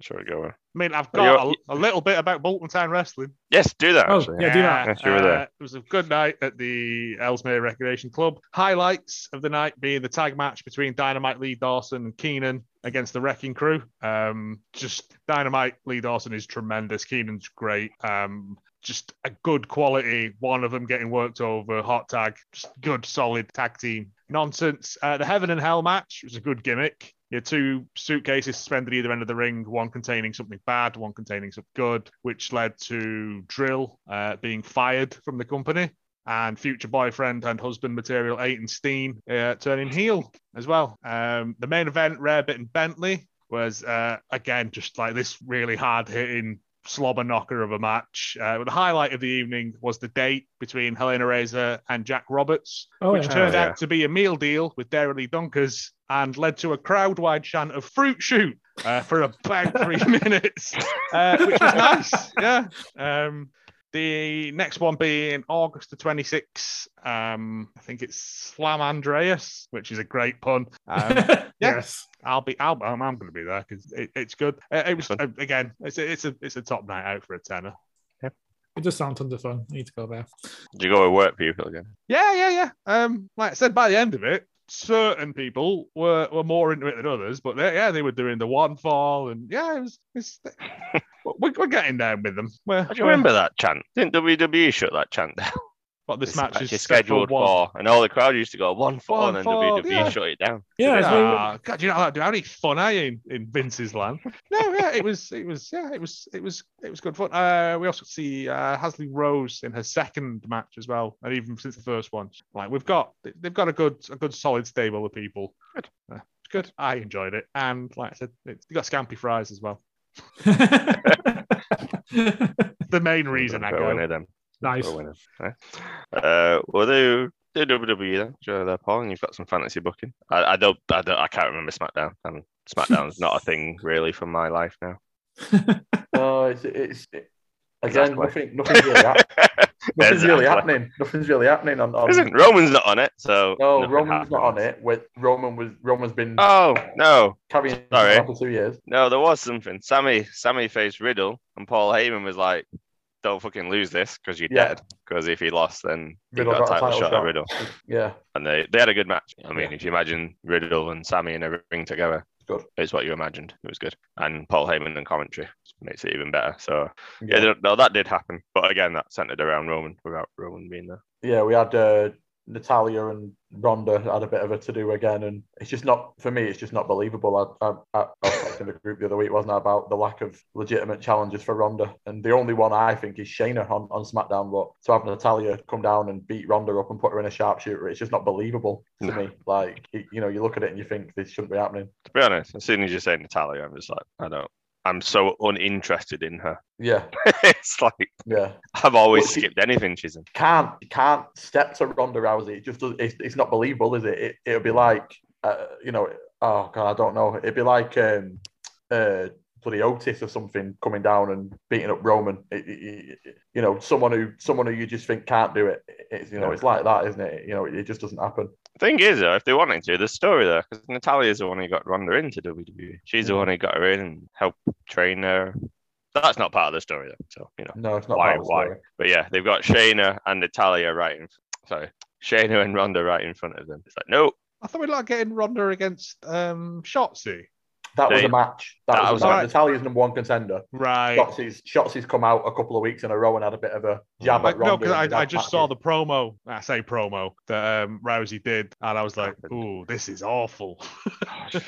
shall we go? with? I mean, I've Well, got a, a little bit about Bolton Town Wrestling. Yes, do that. Oh, actually. Yeah, do that. Yes, you were there. Uh, It was a good night at the Ellesmere Recreation Club. Highlights of the night being the tag match between Dynamite Lee Dawson and Keenan against the Wrecking Crew. Um, just Dynamite Lee Dawson is tremendous. Keenan's great. Um, just a good quality. One of them getting worked over, hot tag. Just good, solid tag team nonsense. Uh, the Heaven and Hell match was a good gimmick. You had two suitcases suspended either end of the ring, one containing something bad, one containing something good, which led to Drill uh, being fired from the company and future boyfriend and husband material Aiton Steen uh, turning heel as well. Um, the main event, Rarebit and Bentley, was uh, again just like this really hard hitting slobber knocker of a match. Uh, but the highlight of the evening was the date between Helena Reza and Jack Roberts Oh, which yeah. turned Oh, yeah. out to be a meal deal with Dairy Lee Dunkers and led to a crowd wide chant of fruit shoot uh, [laughs] for about three minutes, uh, which was nice. Yeah. Um, the next one being August the 26th. Um, I think it's Slam Andreas, which is a great pun. [laughs] Um, yes. I'll be. I'll, I'm, I'm going to be there because it, it's good. Uh, it was uh, again. It's a, it's a it's a top night out for a tenner. It just sounds tons of fun. I need to go there. Did you go with work people again? Yeah, yeah, yeah. Um, like I said, by the end of it, certain people were, were more into it than others, but they, yeah, they were doing the one fall, and yeah, it was. [laughs] It's, we're, we're getting down with them. We're, How do you remember that chant? Didn't WWE shut that chant down? what this It's match is actually scheduled one. for, and all the crowd used to go one for, One and then for, WWE yeah. shut it down. Yeah, it's really- Ah, God, you know how, how many fun I in, in Vince's land. [laughs] No, yeah, it was, it was, yeah, it was, it was, it was good fun. Uh, we also see uh, Hasley Rose in her second match as well, and even since the first one, like we've got, they've got a good, a good solid stable of people. Good, Yeah, it's good. I enjoyed it, and like I said, it's, you got scampy fries as well. [laughs] The main reason I Throw in go. it then. nice. Throw in it, right? Uh, well, do do WWE then. Joe there, Paul, and you've got some fantasy booking. I, I don't, I don't, I can't remember SmackDown. And SmackDown's not a thing really from my life now. No, it's it's it, again Exactly. nothing. Nothing's [laughs] really, hap- nothing's Exactly. really happening. Nothing's really happening on. on Isn't Roman's not on it? So Um, no, nothing Roman's not on happens. it. With Roman was Roman's been Oh no, carrying it sorry. for two years. no, there was something. Sammy, Sammy faced Riddle, and Paul Heyman was like, "Don't fucking lose this because you're Yeah. dead. Because if he lost, then he Riddle got a title shot at Riddle." Yeah, and they, they had a good match. I mean, if you imagine Riddle and Sammy in a ring together, Good. it's what you imagined. It was good. And Paul Heyman and commentary makes it even better. So yeah, yeah, th- no, that did happen. But again, that centered around Roman without Roman being there. yeah. We had uh, Natalia and Ronda had a bit of a to do again, and it's just not for me. It's just not believable. I I, I, I was texting the group the other week, wasn't I, about the lack of legitimate challenges for Ronda, and the only one I think is Shayna on, on SmackDown. But to have Natalia come down and beat Ronda up and put her in a sharpshooter, it's just not believable to No. me. Like you you know, you look at it and you think this shouldn't be happening. To be honest, as soon as you say Natalia, I'm just like, I don't. I'm so uninterested in her. [laughs] Yeah, it's like yeah. I've always Well, she- skipped anything she's in. can't can't step to Ronda Rousey. It just does, it's, it's not believable, is it? it it'll be like uh, you know, oh god, I don't know. It'd be like um, uh, bloody Otis or something coming down and beating up Roman. It- it- it- you know, someone who someone who you just think can't do it. It's you know, it's like that, isn't it? You know, it, it just doesn't happen. Thing is, though, if they wanted to, there's story there because Natalia's the one who got Ronda into WWE. She's the one who got her in and helped train her. That's not part of the story, though. So you know. No, it's not. Why- part of the why? story. But yeah, they've got Shayna and Natalia right in. Sorry, Shayna and Ronda right in front of them. It's like, no, I thought we'd like getting Ronda against um, Shotzi. That was They- a match. That, that was, was a a match. match. Natalia's number one contender. Right. Shotzi's Shotzi's come out a couple of weeks in a row and had a bit of a jab I, at Ronda. no, because and I, I that just match saw is- the promo. I say promo that um, Rousey did, and I was like, Happened. "Ooh, this is awful." Oh yeah,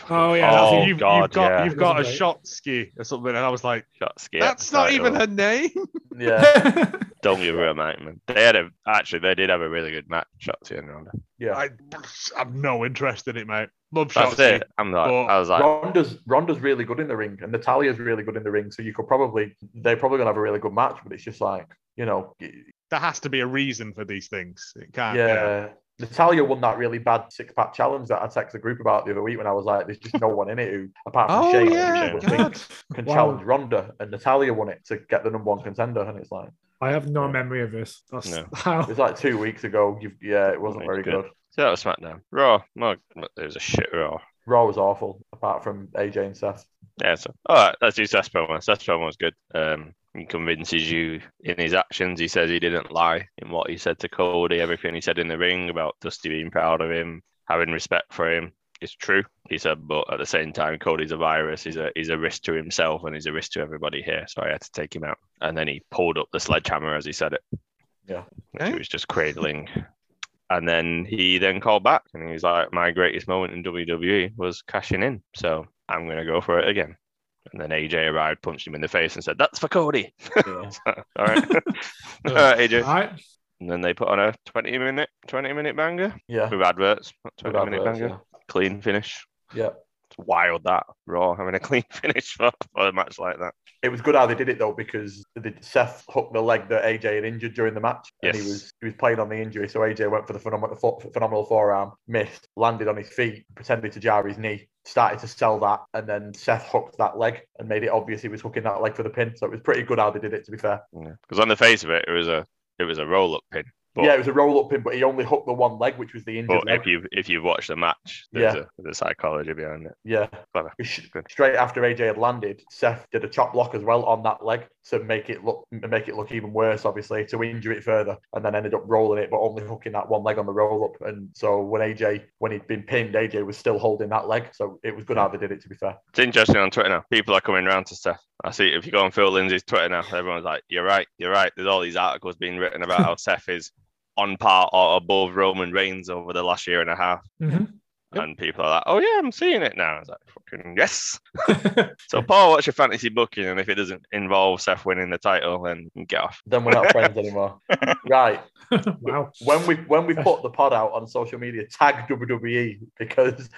Oh, that's you've, you. you've God, got yeah. you've got a Right. shot ski or something, and I was like, shot skip. "That's not even her name." Yeah, Oh. [laughs] Don't give her a mic, man. They had a actually they did have a really good match shots in Ronda. yeah. I, I've no interest in it, mate. Love That's Shotzi. it. I'm like But- I was like Ronda's Ronda's really good in the ring, and Natalia's really good in the ring. So you could probably they're probably gonna have a really good match, but it's just like you know, There has to be a reason for these things. It can't. yeah. Ah, Yeah. Natalia won that really bad six pack challenge that I texted the group about the other week when I was like, "There's just no one in it who, apart from Shane, yeah, who would think can Wow. challenge Ronda." And Natalia won it to get the number one contender, and it's like I have no memory of this. That's No. how. it's like two weeks ago. You've, yeah, it wasn't It's very good. good. so that was SmackDown. Raw. No, it was a shit Raw. Raw was awful, apart from AJ and Seth. Yeah, so all right, let's do Seth's promo. Seth's promo was good. Um, he convinces you in his actions. He says he didn't lie in what he said to Cody. Everything he said in the ring about Dusty being proud of him, having respect for him, is true. He said, but at the same time, Cody's a virus. He's a he's a risk to himself and he's a risk to everybody here. So I had to take him out. And then he pulled up the sledgehammer as he said it. Yeah. which Okay. he was just cradling. And then he then called back and he was like, My greatest moment in WWE was cashing in. So I'm going to go for it again. And then AJ arrived, punched him in the face and said, That's for Cody. [laughs] Yeah. [laughs] All [laughs] right. All right, AJ. All right. And then they put on a 20 minute 20 minute banger yeah. with adverts. not 20 Without minute words, banger. Clean finish. yeah. yeah. It's wild that. Raw having a [laughs] clean finish for, for a match like that. It was good how they did it though because the, Seth hooked the leg that AJ had injured during the match, and Yes. he was he was playing on the injury. So AJ went for the phenomenal fo- phenomenal forearm, missed, landed on his feet, pretended to jar his knee, started to sell that, and then Seth hooked that leg and made it obvious he was hooking that leg for the pin. So it was pretty good how they did it. To be fair, Because on the face of it, it was a it was a roll up pin. But- yeah, it was a roll up pin, but he only hooked the one leg, which was the injured But leg. if you if you watch the match, there's a, there's a psychology behind it. Yeah. Clever. Sh- Good. Straight after AJ had landed, Seth did a chop block as well on that leg to make it look make it look even worse, obviously, to injure it further, and then ended up rolling it, but only hooking that one leg on the roll up. And so when AJ when he'd been pinned, AJ was still holding that leg, so it was good how they did it. To be fair, It's interesting on Twitter now. People are coming round to stuff. I see if you go on Phil Lindsay's Twitter now, everyone's like, "You're right, you're right." There's all these articles being written about how Seth is on par or above Roman Reigns over the last year and a half, Mhm. Yep. and people are like, "Oh yeah, I'm seeing it now." I was like, "Fucking yes." so Paul, what's your fantasy booking? And if it doesn't involve Seth winning the title, then get off. then we're not [laughs] friends anymore, right? [laughs] wow. When we when we put the pod out on social media, tag WWE [laughs] because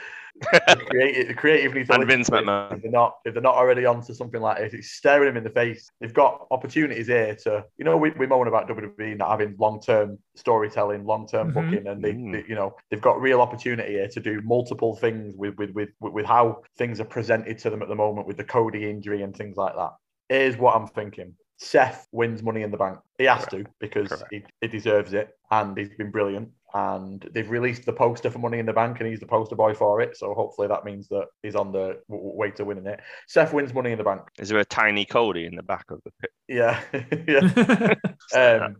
the creative, the creative needs to And listen Vince to it. McMahon. if they're not if they're not already onto something like this, it's staring them in the face. They've got opportunities here to you know we we moan about WWE not having long term storytelling, long term Mhm. booking, and they, Mm. they- you know they've got real opportunity here to do multiple things with with with with with how things are presented to them at the moment with the Cody injury and things like that. Here's what I'm thinking. Seth wins Money in the Bank. He has to because Correct. he, he deserves it, and he's been brilliant. And they've released the poster for Money in the Bank, and he's the poster boy for it. So hopefully that means that he's on the w- w- way to winning it. Seth wins Money in the Bank. Is there a tiny Cody in the back of the pit? Yeah, [laughs] yeah. Um,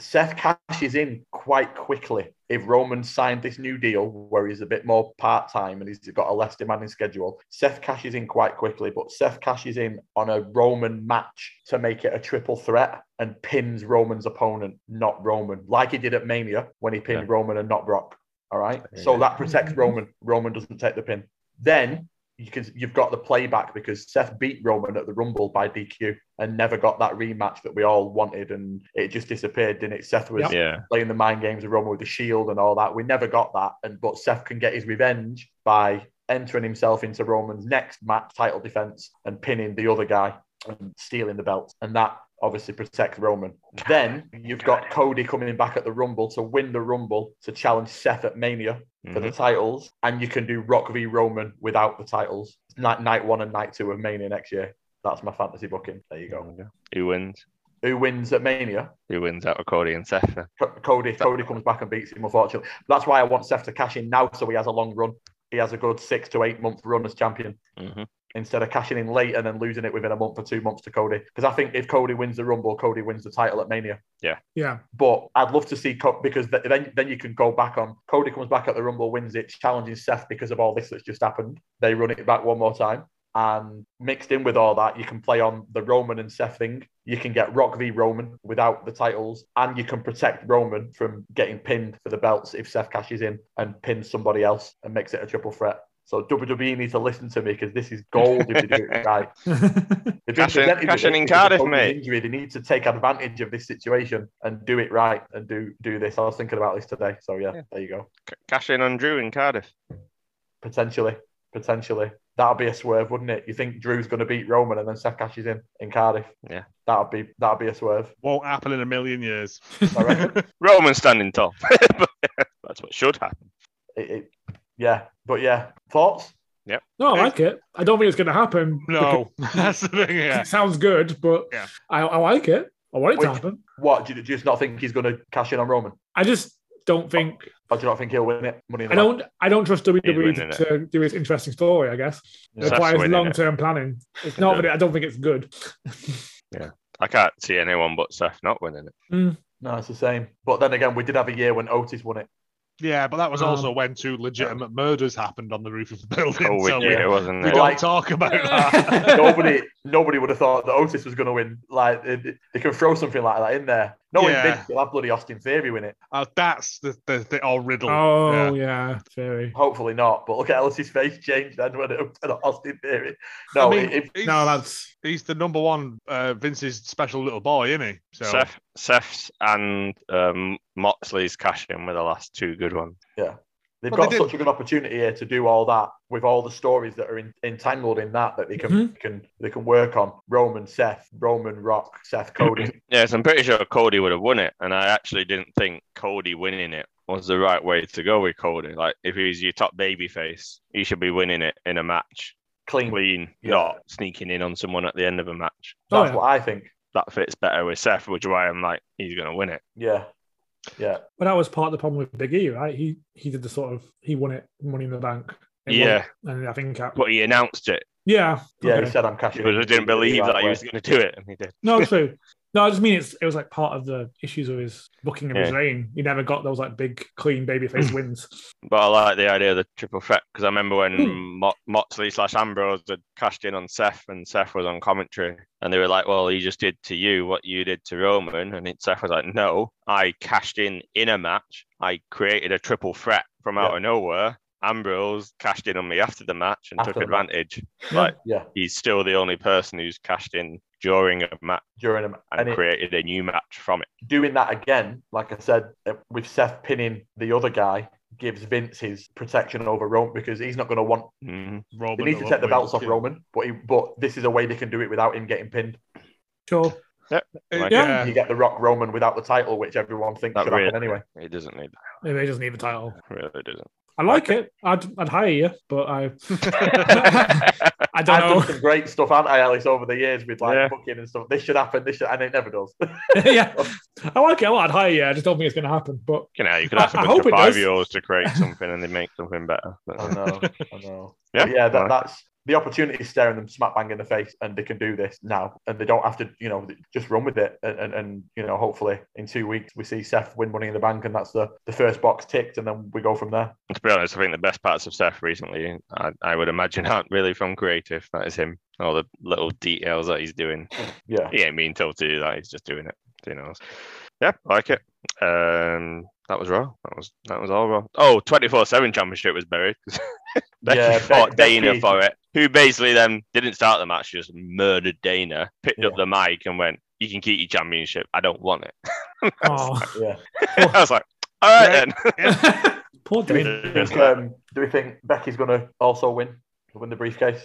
Seth cashes in quite quickly. If Roman signed this new deal where he's a bit more part time and he's got a less demanding schedule, Seth cashes in quite quickly, but Seth cashes in on a Roman match to make it a triple threat and pins Roman's opponent, not Roman, like he did at Mania when he pinned Yeah. Roman and not Brock. All right. Very So good. that protects Roman. Roman doesn't take the pin. Then you can, you've got the playback because Seth beat Roman at the Rumble by DQ and never got that rematch that we all wanted, and it just disappeared, didn't it? Seth was Yep. Yeah, playing the mind games of Roman with the Shield and all that. We never got that, and but Seth can get his revenge by entering himself into Roman's next match title defense and pinning the other guy and stealing the belt, and that obviously protects Roman. Then you've got Cody coming back at the Rumble to win the Rumble to challenge Seth at Mania for the titles, and you can do Rock v Roman without the titles. Night, night one and night two of Mania next year. That's my fantasy booking. There you go. Mhm. Who wins? Who wins at Mania? Who wins out of Cody and Seth? then? Co- Cody. Cody comes back and beats him. Unfortunately, that's why I want Seth to cash in now, so he has a long run. He has a good six to eight month run as champion Mhm. instead of cashing in late and then losing it within a month or two months to Cody. Because I think if Cody wins the Rumble, Cody wins the title at Mania. [laughs] yeah. [laughs] But I'd love to see Co- because th- then then you can go back on Cody comes back at the Rumble, wins it, challenges Seth because of all this that's just happened. They run it back one more time, and mixed in with all that, you can play on the Roman and Seth thing. You can get Rock v Roman without the titles, and you can protect Roman from getting pinned for the belts if Seth cashes in and pins somebody else and makes it a triple threat. So WWE needs to listen to me because this is gold if they do it right. They've been Cash in- presented with cash in it in because of Cardiff, Kobe's mate. Injury. They need to take advantage of this situation and do it right and do do this. I was thinking about this today. So yeah, there you go. C- cash in on Drew in Cardiff. Potentially, potentially. That'd be a swerve, wouldn't it? You think Drew's going to beat Roman and then Seth Cash is in in Cardiff? Yeah. that'd be that'd be a swerve. Won't happen in a [laughs] million years. I reckon. Roman standing tall. But [laughs] That's what should happen. It, it, yeah, but yeah. Thoughts? No, I like it. I don't think it's going to happen. no, [laughs] that's the thing. because Yeah. It sounds good, but Yeah. I, I like it. I want it to Wait. happen. What do you, do you just not think he's going to cash in on Roman? I just don't think Or do you not think he'll win it? Money in the I Bank? don't I don't trust WWE winning to, to do its interesting story, I guess. Yeah. It Seth's requires winning it. long term planning. It's not that I don't think it's good. I can't see anyone but Seth not winning it. No, it's the same. But then again, we did have a year when Otis won it. Yeah, but that was Um, also when two legitimate murders happened on the roof of the building. Covid so year, we, wasn't we it? don't Oh, Like- talk about [laughs] that. nobody nobody would have thought that Otis was going to win. Like they, they can throw something like that in there. No Yeah. one did. You'll have bloody Austin Theory win it. Uh, that's the, the, the old riddle. Oh yeah, very. Hopefully not. But look at Ellis's face change then when it was Austin Theory. No, I mean, if, he's, No, that's he's the number one uh, Vince's special little boy, isn't he? So Seth, Seth's and um, Moxley's cash in were the last two good ones. they've Well, got they did- such a good opportunity here to do all that with all the stories that are in, entangled in that that they can Mm-hmm. can they can work on. Roman, Seth, Roman, Rock, Seth, Cody. Yes, I'm pretty sure Cody would have won it, and I actually didn't think Cody winning it was the right way to go with Cody. Like, if he's your top baby face, he should be winning it in a match, Clean. clean, Yeah. not sneaking in on someone at the end of a match. Oh, That's yeah. what I think. That fits better with Seth, which is why I'm like, he's gonna win it. Yeah. Yeah. But that was part of the problem with Big E, right? He he did the sort of he won it money in the bank. It Yeah. won, and I think I- But he announced it yeah. Yeah, okay. he said I'm cashing. because I in." didn't believe Right that he away. was gonna do it, and he did. No, true. No, I just mean it's it was like part of the issues with his booking of his Yeah. reign. He never got those like big [laughs] clean babyface wins. But I like the idea of the triple threat because I remember when Hmm. Mo- Moxley slash Ambrose had cashed in on Seth and Seth was on commentary and they were like, "Well, he just did to you what you did to Roman," and it, Seth was like, "No, I cashed in in a match. I created a triple threat from out Yeah. of nowhere." Ambrose cashed in on me after the match and After took the match. advantage. Yeah. Like Yeah, he's still the only person who's cashed in during a match during him. and, And it, created a new match from it. doing that again, like I said, uh, with Seth pinning the other guy, gives Vince his protection over Roman because he's not going to want. Mhm. Roman They need to will take the win. belts off Yeah. Roman, but he, but this is a way they can do it without him getting pinned. Sure. Uh, Yeah. Yeah. You get the Rock Roman without the title, which everyone thinks That should really- happen anyway. He doesn't need that. Maybe he doesn't need the title. Really doesn't. I like it. I'd I'd hire you, but I [laughs] I don't I've done know. some great stuff, haven't I, Alice, over the years with like Yeah. booking and stuff. This should happen. This should, and it never does. [laughs] yeah, I like it a lot. I'd hire you. I just don't think it's going to happen. [laughs] But You know, you could I- ask a I bunch hope of it does. five year olds to create something and they make something better. But, I know. I [laughs] know. yeah, But Oh, yeah, no. that, that's the opportunity is staring them smack bang in the face, and they can do this now, and they don't have to, you know, just run with it, and, and, and you know, hopefully in two weeks we see Seth win Money in the Bank, and that's the, the first box ticked, and then we go from there. to be honest, I think the best parts of Seth recently, I, I would imagine, [laughs] aren't really from creative. That is him. All the little details that he's doing. Yeah, He ain't being told to do that. He's just doing it. Who knows? Yeah, I like it. Um, that was raw. That was that was all raw. Oh, 24 7 championship was buried. [laughs] Becky [laughs] Yeah, Be- fought Dana Becky- for it, who basically then didn't start the match, just murdered Dana, picked up the mic and went, You can keep your championship. I don't want it. [laughs] oh, yeah. I was like, All right Yeah. then. [laughs] [laughs] poor Do we Dana. Yeah. think um, do we think Becky's gonna also win win the briefcase?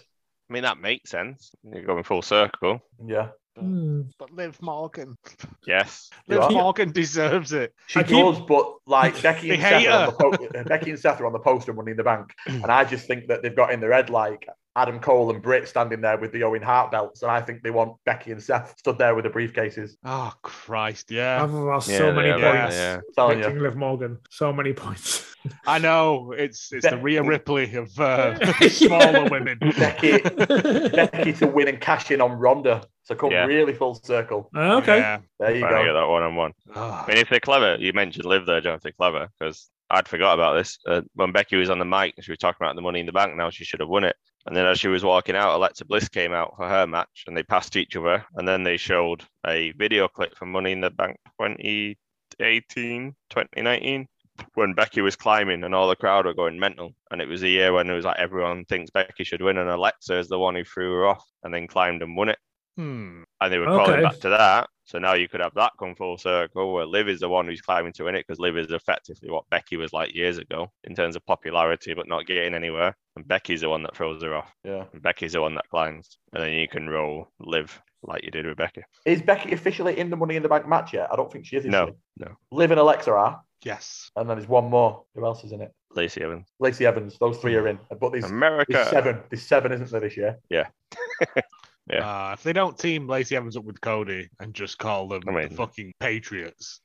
I mean, that makes sense. You're going full circle. Yeah, Hmm. But [laughs] Liv Morgan, Yes. Liv Yeah. Morgan deserves it. she I keep- does, but like Becky They and Seth hate are on the po- Becky and Seth are on the poster Money in the Bank, and I just think that they've got in their head like. Adam Cole and Britt standing there with the Owen Hart belts, and I think they want Becky and Seth stood there with the briefcases. Oh Christ, yeah. I've lost Yeah, so they many are, points. yeah. Telling you. Picking Liv Morgan, so [laughs] many points. [laughs] I know it's it's the Rhea Ripley of uh, [laughs] Yeah. smaller women. Becky, Becky to win and cash in on Ronda. So come Yeah. really full circle. okay. Yeah. There you Trying to get go. that one on one. Ah. I mean, if they're clever, you mentioned live there, John, if they're clever, because I'd forgot about this. Uh, when Becky was on the mic, she was talking about the money in the bank now, she should have won it. And then as she was walking out, Alexa Bliss came out for her match and they passed each other. And then they showed a video clip from Money in the Bank 2018, 2019. when Becky was climbing and all the crowd were going mental. And it was a year when it was like everyone thinks Becky should win, and Alexa is the one who threw her off and then climbed and won it. Hmm. And they were Okay. calling back to that. So now you could have that come full circle where Liv is the one who's climbing to win it because Liv is effectively what Becky was like years ago in terms of popularity, but not getting anywhere. And Becky's the one that throws her off. Yeah. And Becky's the one that climbs. And then you can roll Liv like you did with Becky. Is Becky officially in the Money in the Bank match yet? I don't think she is. is No, she? no. Liv and Alexa are, Yes. and then there's one more. Who else is in it? Lacey Evans. Lacey Evans. Those three are in, but there's, there's America. seven. There's seven, isn't there, this year? Uh, if they don't team Lacey Evans up with Cody and just call them I mean- the fucking [laughs] Patriots,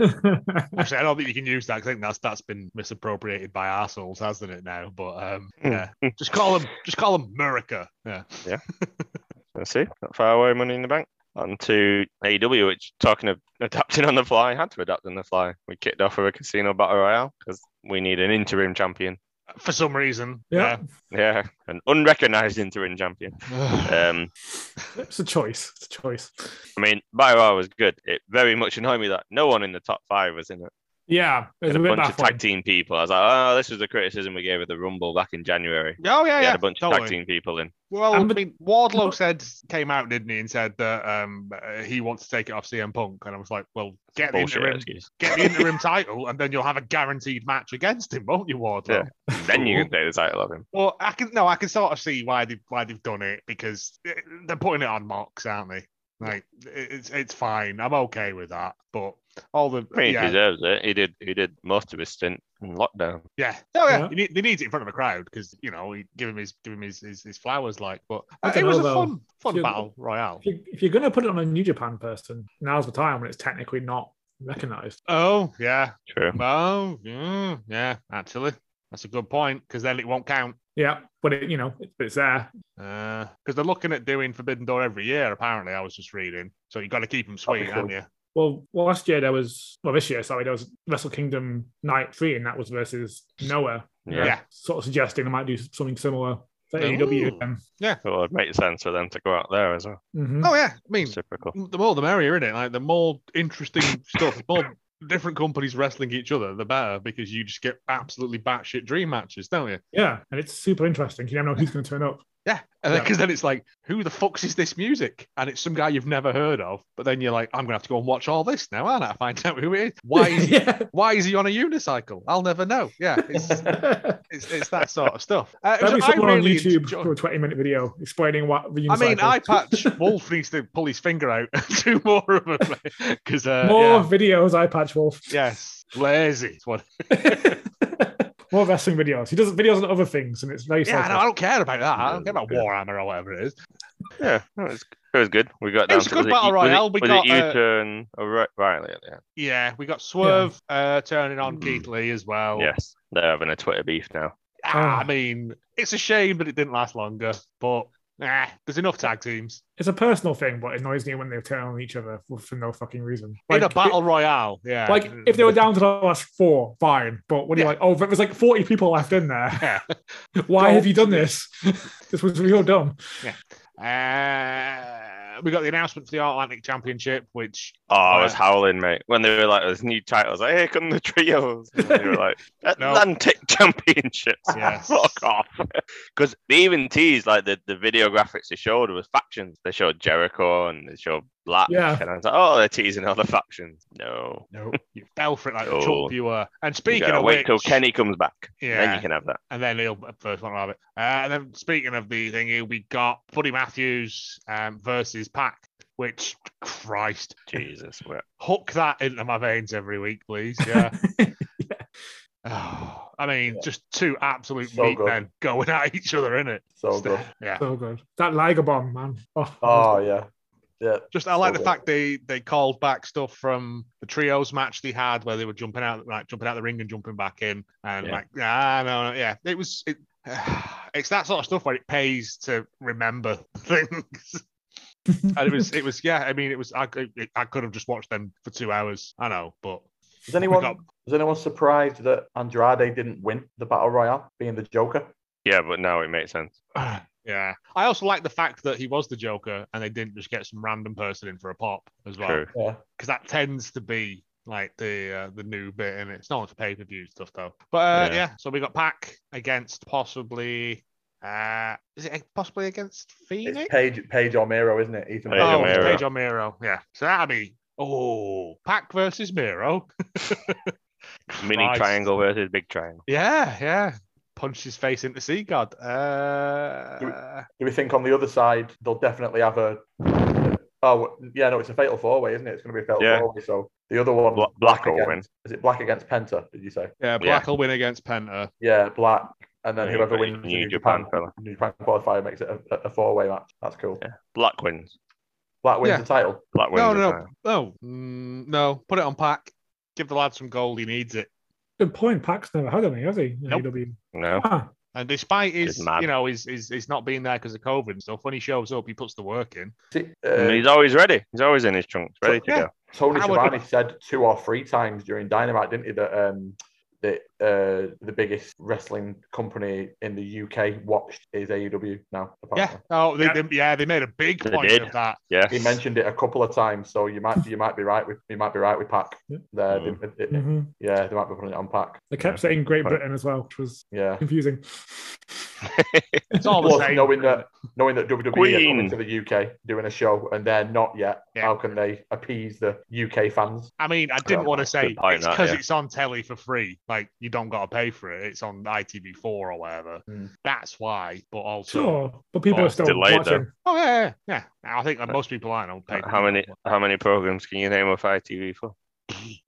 actually, I don't think you can use that. 'cause I think that's that's been misappropriated by assholes, hasn't it? Now, but um, Hmm. yeah, just call them, just call them America. Yeah. Let's see. Not far away, money in the bank. On to AEW, which talking of adapting on the fly, had to adapt on the fly. We kicked off with a casino battle royale because we need an interim champion. For some reason. Yeah. Yeah, an unrecognized interim champion. Yeah. Um, it's a choice. It's a choice. I mean, battle royale was good. It very much annoyed me that no one in the top five was in it. Yeah, it was And a a bit bunch of tag baffling. team people. I was like, oh, this was the criticism we gave of the Rumble back in January. [sighs] Oh yeah, We yeah. had a bunch totally. of tag team people in. Well, And I but- mean, Wardlow said came out, didn't he, and said that um uh, he wants to take it off CM Punk, and I was like, well, get the Bullshit interim, excuse. get the interim title, and then you'll have a guaranteed match against him, won't you, Wardlow? Yeah. Then you can take the title of him. Well, I can no, I can sort of see why they why they've done it because eh, they're putting it on Mox, aren't they? Like it- it's it's fine. I'm okay with that, but all the I mean, he yeah, deserves it. He did. He did most of his stint in lockdown. yeah, oh yeah, Yeah. He, need- he needs it in front of a crowd because you know he give him his give him his his, his flowers like. But uh, I it don't was know, a though. fun fun Feel- battle royale. If, you, if you're going to put it on a New Japan person, now's the time when it's technically not recognized. Oh yeah, True. Oh, yeah, yeah, actually, that's a good point because then it won't count. Yeah, but it, you know, it, it's there. Because they're looking at doing Forbidden Door every year, apparently. I was just reading. So you got to keep them sweet, cool. haven't you? Well, last year there was, well, this year, sorry, there was Wrestle Kingdom Night 3, and that was versus Noah. Yeah. Yeah. Oh. Sort of suggesting they might do something similar for E Ooh. AEW then. So it would make sense for them to go out there as well. Mhm. Oh, yeah. I mean, Reciprocal. the more the merrier, isn't it? Like, the more interesting stuff, the more different companies wrestling each other, the better because you just get absolutely batshit dream matches, don't you? Yeah, and it's super interesting. You never know who's going to turn up. Yeah. And then, Yeah. because then it's like, who the fucks is this music? And it's some guy you've never heard of. But then you're like, I'm going to have to go and watch all this now, aren't I? Find out who it is. [laughs] Why is he yeah. why is he on a unicycle? I'll never know. Yeah, it's, That'd it's, it's that sort of stuff. Uh, be so I someone really on YouTube enjoy- for a 20 minute video explaining what the I mean, unicycle- eye patch Wolf needs to pull his finger out [laughs] and do more of them because uh, More yeah, videos, I patch wolf. yes, lazy. It's what- [laughs] More wrestling videos. He does videos on other things, and it's very Yeah, I, know, I selfish. don't care about that. I don't care about Yeah. Warhammer or whatever it is. Yeah, no, it's- it was good. We got It down was a to good was battle it, E, was it- royale. We was got, it uh, U-turn or Ri- Riley at the end? Yeah, we got Swerve uh, turning on Mm. Keith Lee as well. Yes, they're having a Twitter beef now. Ah, Ah. I mean, it's a shame that it didn't last longer, but nah, there's enough tag teams It's a personal thing, but it annoys me when they turn on each other for, for no fucking reason. in a battle royale. Yeah, Like if they were down to the last four, fine. But when you're Yeah. like, oh, but there's like 40 people left in there. [laughs] [laughs] Yeah. Why Don't- have you done this? [laughs] this was real dumb. Uh, we got the announcement for the Atlantic Championship, which Oh, I was Right. howling, mate, when they were like, "There's new titles." Like, here come the trios. And they were [laughs] like, No. "Atlantic [laughs] Championships." Yes. [laughs] Fuck off. Because they even teased like the, the video graphics they showed was factions. They showed Jericho and they showed Black. Yeah. And I was like, "Oh, they're teasing all the factions." No. no, you fell for it [laughs] like a No. chump you were. And Oh. You speaking gotta of wait which, till Kenny comes back. Then yeah, you can [laughs] have that. and then he'll first one will have it. Uh, and then speaking of the thing, we got Buddy Matthews um, versus Pack, which Christ, Jesus. we're- hook that into my veins every week, please. Yeah. Oh, [sighs] I mean, Yeah. just two absolute So meat good. men going at each other, innit? So good. Yeah. So good. That Liger bomb, man. Oh, [laughs] Oh yeah, yeah. Just I like the Okay. fact they they called back stuff from the trios match they had where they were jumping out like jumping out the ring and jumping back in and Yeah. like ah no, no yeah it was it, [sighs] it's that sort of stuff where it pays to remember [laughs] things and it was it was yeah I mean it was I could- it, I could have just watched them for two hours I know but Is anyone got- is anyone surprised that Andrade didn't win the battle royale, being the Joker? Yeah, but now it makes sense. [sighs] yeah I also like the fact that he was the Joker and they didn't just get some random person in for a pop as well True. Yeah, because that tends to be like the uh, the new bit, and it's not for pay per view stuff though. But uh, Yeah. yeah. so we got Pack against possibly uh, is it possibly against Phoenix? It's Page Page O'Mero, isn't it? Ethan Paige Page oh, it's O'Meara. Page O'Mero. Yeah, so that'd be oh Pack versus Miro. [laughs] Mini Christ. triangle versus big triangle. Yeah, yeah. Punch his face into Sea God. Uh, Do we think on the other side they'll definitely have a? Oh yeah, no, it's a fatal four way, isn't it? It's going to be a fatal Yeah. four way. So the other one, Bla- Black will against, win. Is it Black against Penta? Did you say? yeah, Black will win against Penta. Yeah, Black, and then Yeah, whoever but wins the New Japan fella. New Japan qualifier makes it a, a four way match. That's cool. Yeah. Black wins. Black wins Yeah. the title. Black wins. No, the no, title. No, mm, no. Put it on Pack. Give the lad some gold. He needs it. Good point. Pack's never had any, has he? in Nope. AEW? no. Ah, And despite his, Just mad. you know, his, his, his not being there because of COVID and stuff, when he shows up, he puts the work in. See, And uh, he's always ready. He's always in his trunks, ready to Yeah. go. Tony I would- Schiavone said two or three times during Dynamite, didn't he, that um, that uh, the biggest wrestling company in the UK watched is AEW now. Yeah. Apparently. Oh, they, Yeah. They, yeah. They made a big They point did. of that. Yeah. He mentioned it a couple of times, so you might you might be right with you might be right with Pack Yeah. there. They- it- it- mhm. Yeah, they might be putting it on Pack. They kept Yeah. saying Great Right. Britain as well, which was Yeah, confusing. It's all the Plus, same. knowing that knowing that WWE are coming Queen. to the UK doing a show and they're not yet, Yeah. how can they appease the UK fans? [laughs] I mean, I didn't Yeah, want to say good point, it's that, because yeah. it's on telly for free. Like you don't got to pay for it. It's on ITV4 or whatever. Hmm. Mm. That's why. But also, Sure, but people Oh, are still delayed, watching. oh yeah, yeah, yeah. I think that most people aren't on pay. Uh, How many how many programs can you name off ITV for?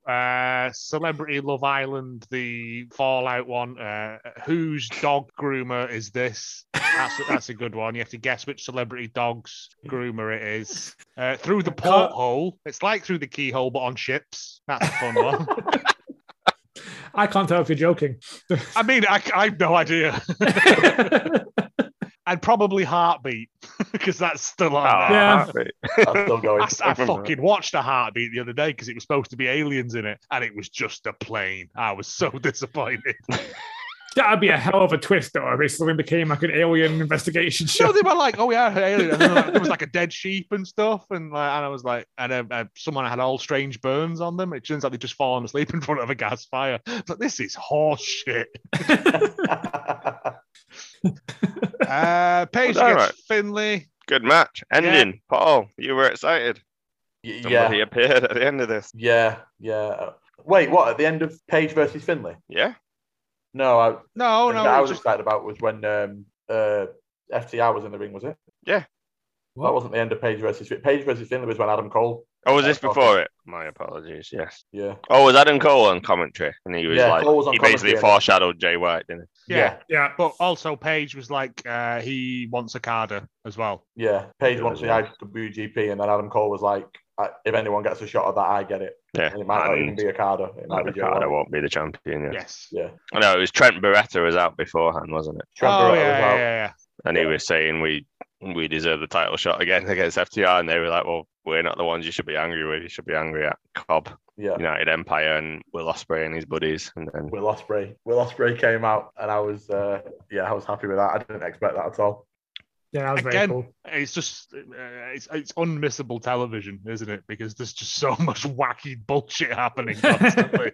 uh, Celebrity Love Island, the Fallout one. Uh, whose dog groomer is this? That's a, that's a good one. You have to guess which celebrity dog's groomer it is. Uh, through the porthole. It's like through the keyhole, but on ships. That's a fun one. I can't tell if you're [laughs] joking. I mean, I, I have no idea. and probably Heartbeat, [laughs] because that's still on Ah, there. Yeah. heartbeat. That's still going. I, [laughs] I fucking watched a heartbeat the other day because it was supposed to be aliens in it, and it was just a plane. I was so [laughs] disappointed. That'd be a hell of a twist, though, if it suddenly became like an alien investigation So show. they were like, "Oh yeah, alien." And then, like, there was like a dead sheep and stuff, and like, and I was like, and uh, uh, someone had all strange burns on them. It turns out they just fallen asleep in front of a gas fire. It's like this is horse shit. Uh, Paige Was that gets right? Finley. Good match. Ending. Paul, you were excited. Y- Somebody yeah, appeared at the end of this. yeah, yeah. Wait, what? At the end of Page versus Finley? Yeah. No, I, Oh, No, that no, I it was was just excited about was when um, uh, FTR was in the ring, was it? That wasn't the end of Page versus Finley. Page versus Finley was when Adam Cole. Oh, was Yeah, this before it? My apologies. Yes. Yeah, Oh, was Adam Cole on commentary? And he was Yeah, like, Cole was on he basically commentary. foreshadowed Jay White, didn't yeah. yeah. But also, Paige was like, uh, he wants a carder as well. yeah. Page Yeah, wants the yeah. IWGP, and then Adam Cole was like, I, "If anyone gets a shot at that, I get it." he? Yeah. And it might not even And be a Carter. It might be Joe Ricardo White. won't be the champion. Yeah. Yes. Yeah. I know it was Trent Beretta was out beforehand, wasn't it? Trent oh, Barretta yeah, was out. yeah, yeah, And he was saying we we deserve the title shot again [laughs] against FTR, and they were like, well, we're not the ones you should be angry with. You should be angry at Cobb, Yeah. United Empire, and Will Ospreay and his buddies. And then Will Osprey. Will Osprey came out, and I was, uh, yeah, I was happy with that. I didn't expect that at all. Yeah, that was very Again. cool. yeah. It's just, uh, it's, it's unmissable television, isn't it? Because there's just so [laughs] much wacky [laughs] bullshit happening constantly.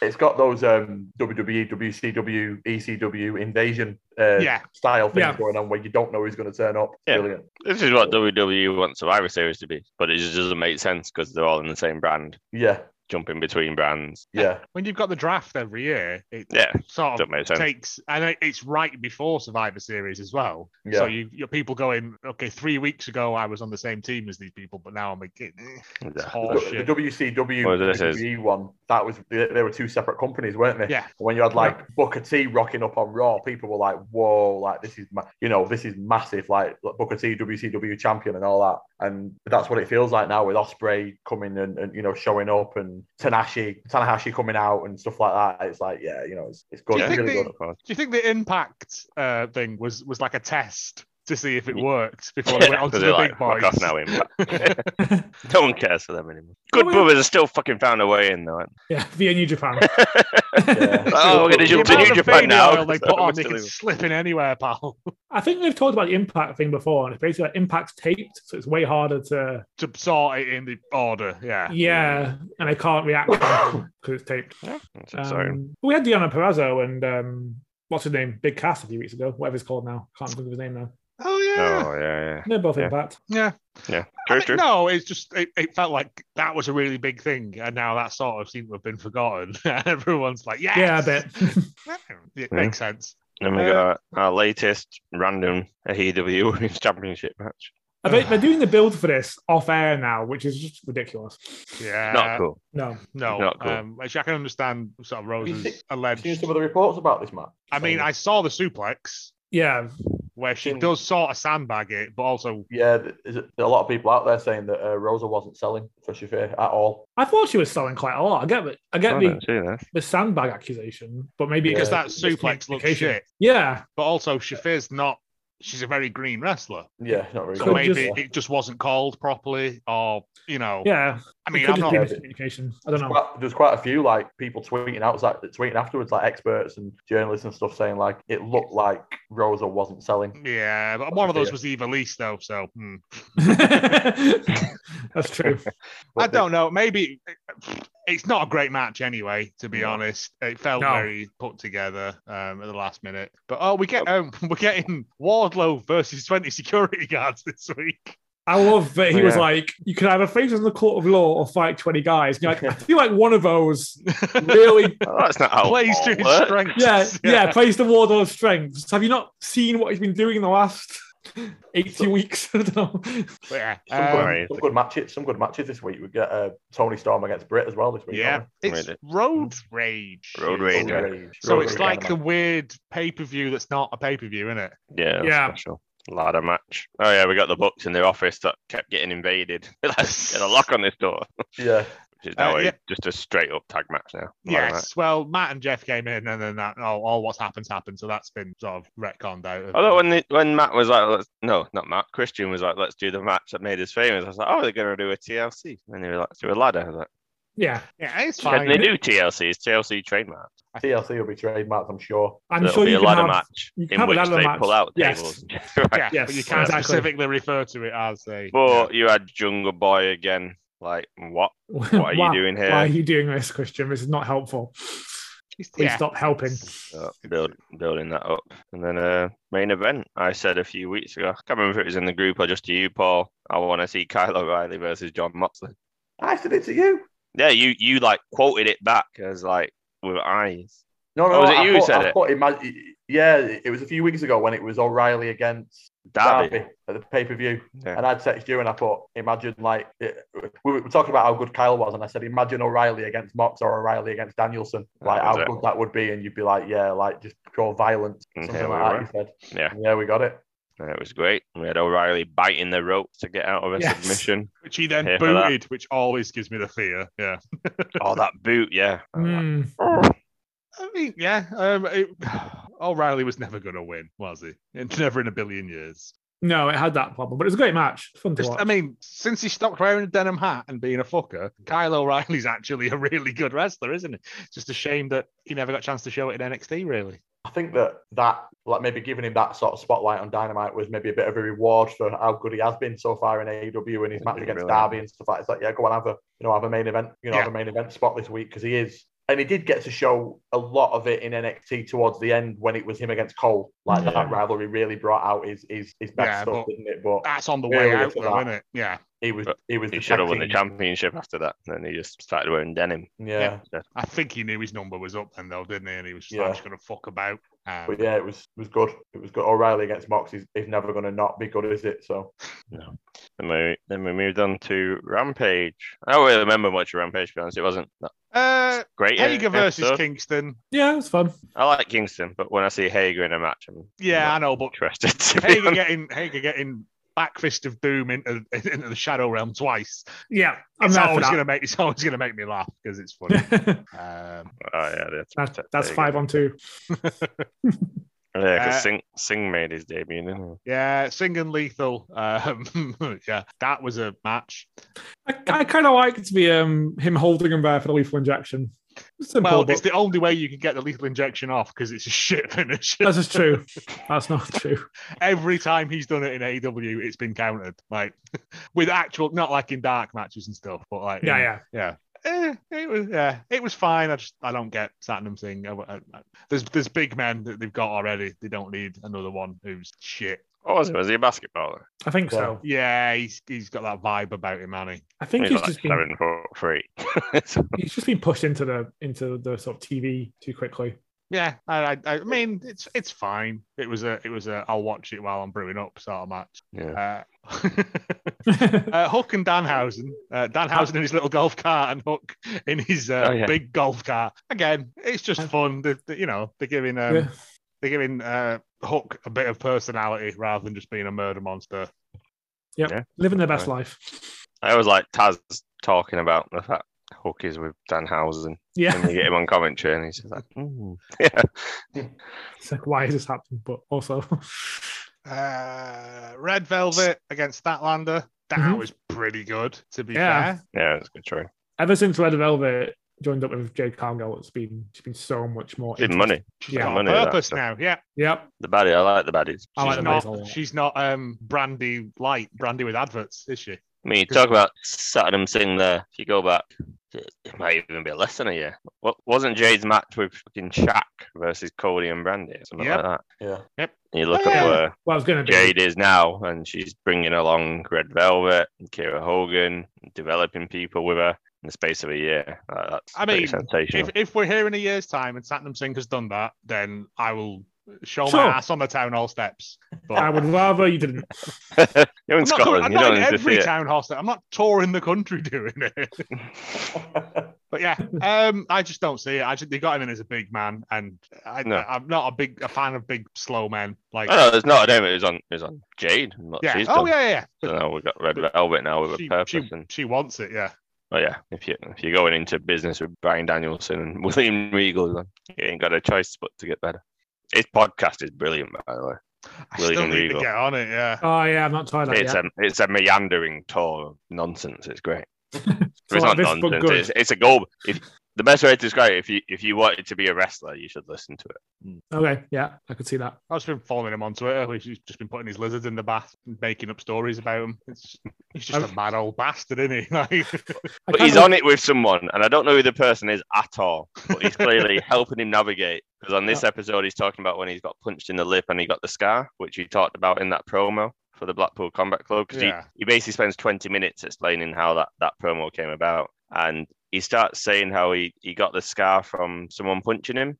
It's got those um, WWE, WCW, ECW E invasion uh, yeah. style things Yeah. going on where you don't know who's going to turn up. Yeah. Brilliant. this is what WWE wants Survivor Series to be, but it just doesn't make sense because they're all in the same brand, Yeah, jumping between brands. yeah, When you've got the draft every year, it Yeah, sort of doesn't make sense. takes, and it- it's right before Survivor Series as well. yeah. So you, your people going, okay, three weeks ago I was on the same team as these people, but now I'm like, eh, it's Yeah. The- horse the shit. WCW Well, this Oh, is- WWE E one that was they, they were two separate companies, weren't they? Yeah. When you had like Booker T rocking up on Raw, people were like, "Whoa, like this is ma- you know this is massive." Like like Booker T, WCW champion, and all that, and that's what it feels like now with Osprey coming and, and you know showing up and Tanahashi Tanahashi coming out and stuff like that. It's like yeah, you know it's it's good, Do you it's think really they- good. Do you think the impact uh, thing was was like a test to see if [laughs] it worked before they went on to they're the like, big "Fuck off boys. now, Impact." [laughs] [laughs] no one cares for them anymore. Good well- brothers are still fucking found a way in, though. aren't Yeah, via New Japan. Yeah. Oh, we're gonna The jump to amount New of Japan baby now. oil They So put on, much they to can lose. slip in anywhere, pal. [laughs] I think we've talked about the impact thing before, and it's basically like impact's taped, so it's way harder to To sort it in the order, yeah. yeah, and I can't react because it's taped. they? Yeah, that's exciting. Um, we had Diana Perazzo and um, what's his name, Big Cass a few weeks ago, whatever it's called now. Can't think of his name now. Oh yeah. Oh yeah, They're both Yeah. impact. Yeah. yeah, I yeah. True, mean, true. No, it's just it, it felt like that was a really big thing, and now that sort of seemed to have been forgotten. [laughs] Everyone's like, yes! Yeah, a bit. [laughs] [laughs] It Yeah. makes sense. Then Uh, we got our latest random AEW Women's Championship match. I think they're doing the build for this off air now, which is just ridiculous. Yeah. Not cool. No, No, Not cool. um, which I can understand. Sort of you Rose's seen- Seen alleged. some of the reports about this match. I mean, I saw the suplex yeah, where she Didn't- does sort of sandbag it, but also yeah, th- is it- there are a lot of people out there saying that uh, Rosa wasn't selling for Shafir at all. I thought she was selling quite a lot. I get, the- I I get the, don't Oh, see that. the sandbag accusation, but maybe Yeah. because it's that suplex looks miscommunication. shit. Yeah, But also, Shafir's not. She's a very green wrestler, Yeah, not really. so Could good. maybe Yeah. it just wasn't called properly, or you know. yeah. I It mean, could just I'm not. be Yeah, miscommunication. I don't know. Quite- there's quite a few like people tweeting outside, tweeting afterwards, like experts and journalists and stuff, saying like it looked like Rosa wasn't selling. Yeah, but one of those was Eva Lee, though. So hmm. [laughs] That's true. I But they- don't know. Maybe it's not a great match anyway. To be honest, it felt No. very put together um, at the last minute. But oh, we get um, [laughs] we're getting Wardlow versus twenty security guards this week. I love that he was Oh, Yeah. like, you can either face us in the court of law or fight 20 [laughs] guys. And you're [laughs] like, I feel like one of those really, Oh, that's not how. Plays it to his works. strengths. [laughs] yeah, yeah, plays the ward of strengths. Have you not seen what he's been doing in the last [laughs] 80 weeks? [laughs] I don't know. But yeah. Some, um, Right. good, some good matches. Some good matches this week. We get uh, Tony Storm against Britt as well this week. yeah. It's Right. road rage. Road haven't rage. we? Yeah. Rage. So Road it's rage like the anime. weird pay per view that's not a pay per view, isn't it? Yeah, that's Yeah. special. Ladder match. Oh yeah, we got the books in their office that kept getting invaded. [laughs] Let's get a lock on this door. yeah. Which is now Uh, a- yeah. just a straight up tag match now. Ladder match. Yes. Well, Matt and Jeff came in, and then that oh, all what's happened's happened. So that's been sort of retconned out. of- Although when the, when Matt was like, let's, no, not Matt, Christian was like, let's do the match that made us famous. I was like, oh, they're gonna do a TLC, and they were like, "Let's do a ladder. I was like, Yeah, yeah, it's Can fine. they do TLC? It's TLC trademark. TLC will be trademarked, I'm sure. I'm So it'll sure be you a can ladder have. [laughs] match you can in have a which ladder they match. pull out Yes. tables. [laughs] Right. Yeah, Yes, but you can't exactly. specifically refer to it as a. But you had Jungle Boy again. Like, what? [laughs] What are Wow. you doing here? Why are you doing this, Christian? This is not helpful. It's- Please yeah. stop helping. Uh, build, building that up. And then uh, main event, I said a few weeks ago, I can't remember if it was in the group or just to you, Paul. I want to see [laughs] Kyle O'Reilly versus John Moxley. I said it to you. Yeah, you you like quoted it back as like with eyes. No, no, Oh, was no, it I you who thought, said I it? Thought it might, yeah, it was a few weeks ago when it was O'Reilly against Darby. Darby at the pay per view. Yeah. And I'd texted you and I thought, imagine like it, we were talking about how good Kyle was, and I said, imagine O'Reilly against Mox or O'Reilly against Danielson, That like was how it. good that would be, and you'd be like, yeah, like just pure violence, And something here we like that. You said, Yeah. And yeah, we got it. And it was great. We had O'Reilly biting the rope to get out of a Yes. submission. Which he then Here for that. booted, which always gives me the fear. Yeah. Oh, that boot, yeah. [laughs] Mm. I mean, yeah. Um, it, [sighs] O'Reilly was never going to win, was he? It's [laughs] never in a billion years. No, it had that problem, but it was a great match. Fun to Just, watch. I mean, since he stopped wearing a denim hat and being a fucker, Kyle O'Reilly's [laughs] actually a really good wrestler, isn't he? It's just a shame that he never got a chance to show it in NXT, really. I think that that like maybe giving him that sort of spotlight on Dynamite was maybe a bit of a reward for how good he has been so far in AEW and his It match really against is. Darby and stuff like that. It's like yeah, go and have a you know have a main event you know Yeah. have a main event spot this week because he is and he did get to show a lot of it in NXT towards the end when it was him against Cole. Like Yeah. that rivalry really brought out his his, his best Yeah, stuff, but- didn't it? But That's on the Really, way out, for though, that. isn't it? Yeah. he was But he was He the should have won the tag team- championship after that. Then he just started wearing denim. Yeah. I think he knew his number was up then, though, didn't he? And he was just, Yeah. going to fuck about. Um, But yeah, it was it was good. It was good. O'Reilly against Mox is, is never going to not be good, is it? So [laughs] Then we, then we moved on to Rampage. I don't really remember much of Rampage, to be honest. It wasn't that Uh, great. an Hager versus episode. Kingston. yeah, it was fun. I like Kingston, but when I see Hager in a match, I'm Yeah, I not know, but [laughs] interested. To be Hager honest. getting Hager getting backfist of doom into, into the shadow realm twice. Yeah, I'm It's there for always that. gonna make it's always gonna make me laugh because [laughs] it's funny. um, Oh yeah, that's, That- that's five on two. Yeah, because Uh, Singh, Singh made his debut, didn't he? Yeah, Singh and Lethal. Um, [laughs] yeah, that was a match. I, I kind of liked the um, him holding him there for the lethal injection. Simple, well, but it's the only way you can get the lethal injection off because it's a shit finish. that's just true. That's not [laughs] true. Every time he's done it in AEW, it's been countered. Like [laughs] with actual, not like in dark matches and stuff, but like Yeah, in- yeah. yeah. Eh, it was yeah, it was fine. I just I don't get Satnam Singh. I- I- I- there's there's big men that they've got already. They don't need another one who's shit. What was it? Was he a basketballer? I think so. Well, Yeah, he's he's got that vibe about him, man. I think He he's was like just been, seven foot three. [laughs] he's just been pushed into the into the sort of TV too quickly. [laughs] Yeah, I, I I mean it's it's fine. It was a it was a I'll watch it while I'm brewing up sort of match. yeah. Uh, [laughs] uh, Hook and Danhausen, uh, Danhausen in his little golf cart, and Hook in his uh, Oh, yeah. big golf cart. Again, it's just fun. They, they- you know, they're giving um, Yeah. they're giving uh, Hook a bit of personality rather than just being a murder monster. Living their best Right. life. I always like Taz talking about the fact Hook is with Danhausen. And Yeah. you get him on commentary and he's just like, "Hmm." "Ooh." yeah. [laughs] It's like, why is this happening? But also, [laughs] Uh, Red Velvet against Statlander. That Mhm. was pretty good, to be Yeah. fair. Yeah, it's a good try. ever since Red Velvet joined up with Jade Cargill, it's been it's been so much more. Did money. She's Yeah. got Money, a that purpose stuff. now. Yeah, Yep. The baddie, I like the baddies. I like she's the I baddies a lot. not. She's not um Brandy light. Brandy with adverts, is she? mean, you talk about Satnam Singh there. If you go back, it it might even be less than a year. What wasn't Jade's match with fucking Shaq versus Cody and Brandy? or Something Yep. like that. Yeah. Yep. And you look Oh, at yeah. where Well, I was going to be. Jade is now, and she's bringing along Red Velvet, and Kira Hogan, developing people with her in the space of a year. Uh, that's I pretty mean, sensational. If, if we're here in a year's time and Satnam Singh has done that, then I will show Sure. my ass on the town hall steps. But I would rather you didn't. [laughs] You're in I'm not, co- Scotland, I'm you not don't in need to see every it. town hall step. I'm not touring the country [laughs] doing it. But yeah, um, I just don't see it. I just, they got him in as a big man, and I, No. I'm not a big a fan of big slow men. Like, [laughs] Oh, no, there's not a name. It was on, it was on Jade. and what yeah, she's oh done. yeah, yeah. So now we've got Red Velvet now with she, a purpose. she, and she wants it. Yeah, oh yeah, if you if you're going into business with Brian Danielson and [laughs] William Regal, then you ain't got a choice but to get better. His podcast is brilliant, by the way. I William still need Regal. to get on it. Yeah, Oh yeah, I'm not tired of that It's yet. a it's a meandering tour of nonsense. It's great. So it's like not this, but nonsense. good. It's, it's a goal. If the best way to describe it, if you if you wanted to be a wrestler, you should listen to it. Okay, yeah, I could see that. I've just been following him on Twitter. where He's just been putting his lizards in the bath, and making up stories about them. It's, he's just a I've- mad old bastard, isn't he? [laughs] Like, I But kind he's of- on it with someone, and I don't know who the person is at all. But he's clearly helping him navigate. Because on this episode, he's talking about when he's got punched in the lip and he got the scar, which he talked about in that promo for the Blackpool Combat Club. Because Yeah. he, he basically spends 20 minutes explaining how that, that promo came about. And he starts saying how he, he got the scar from someone punching him.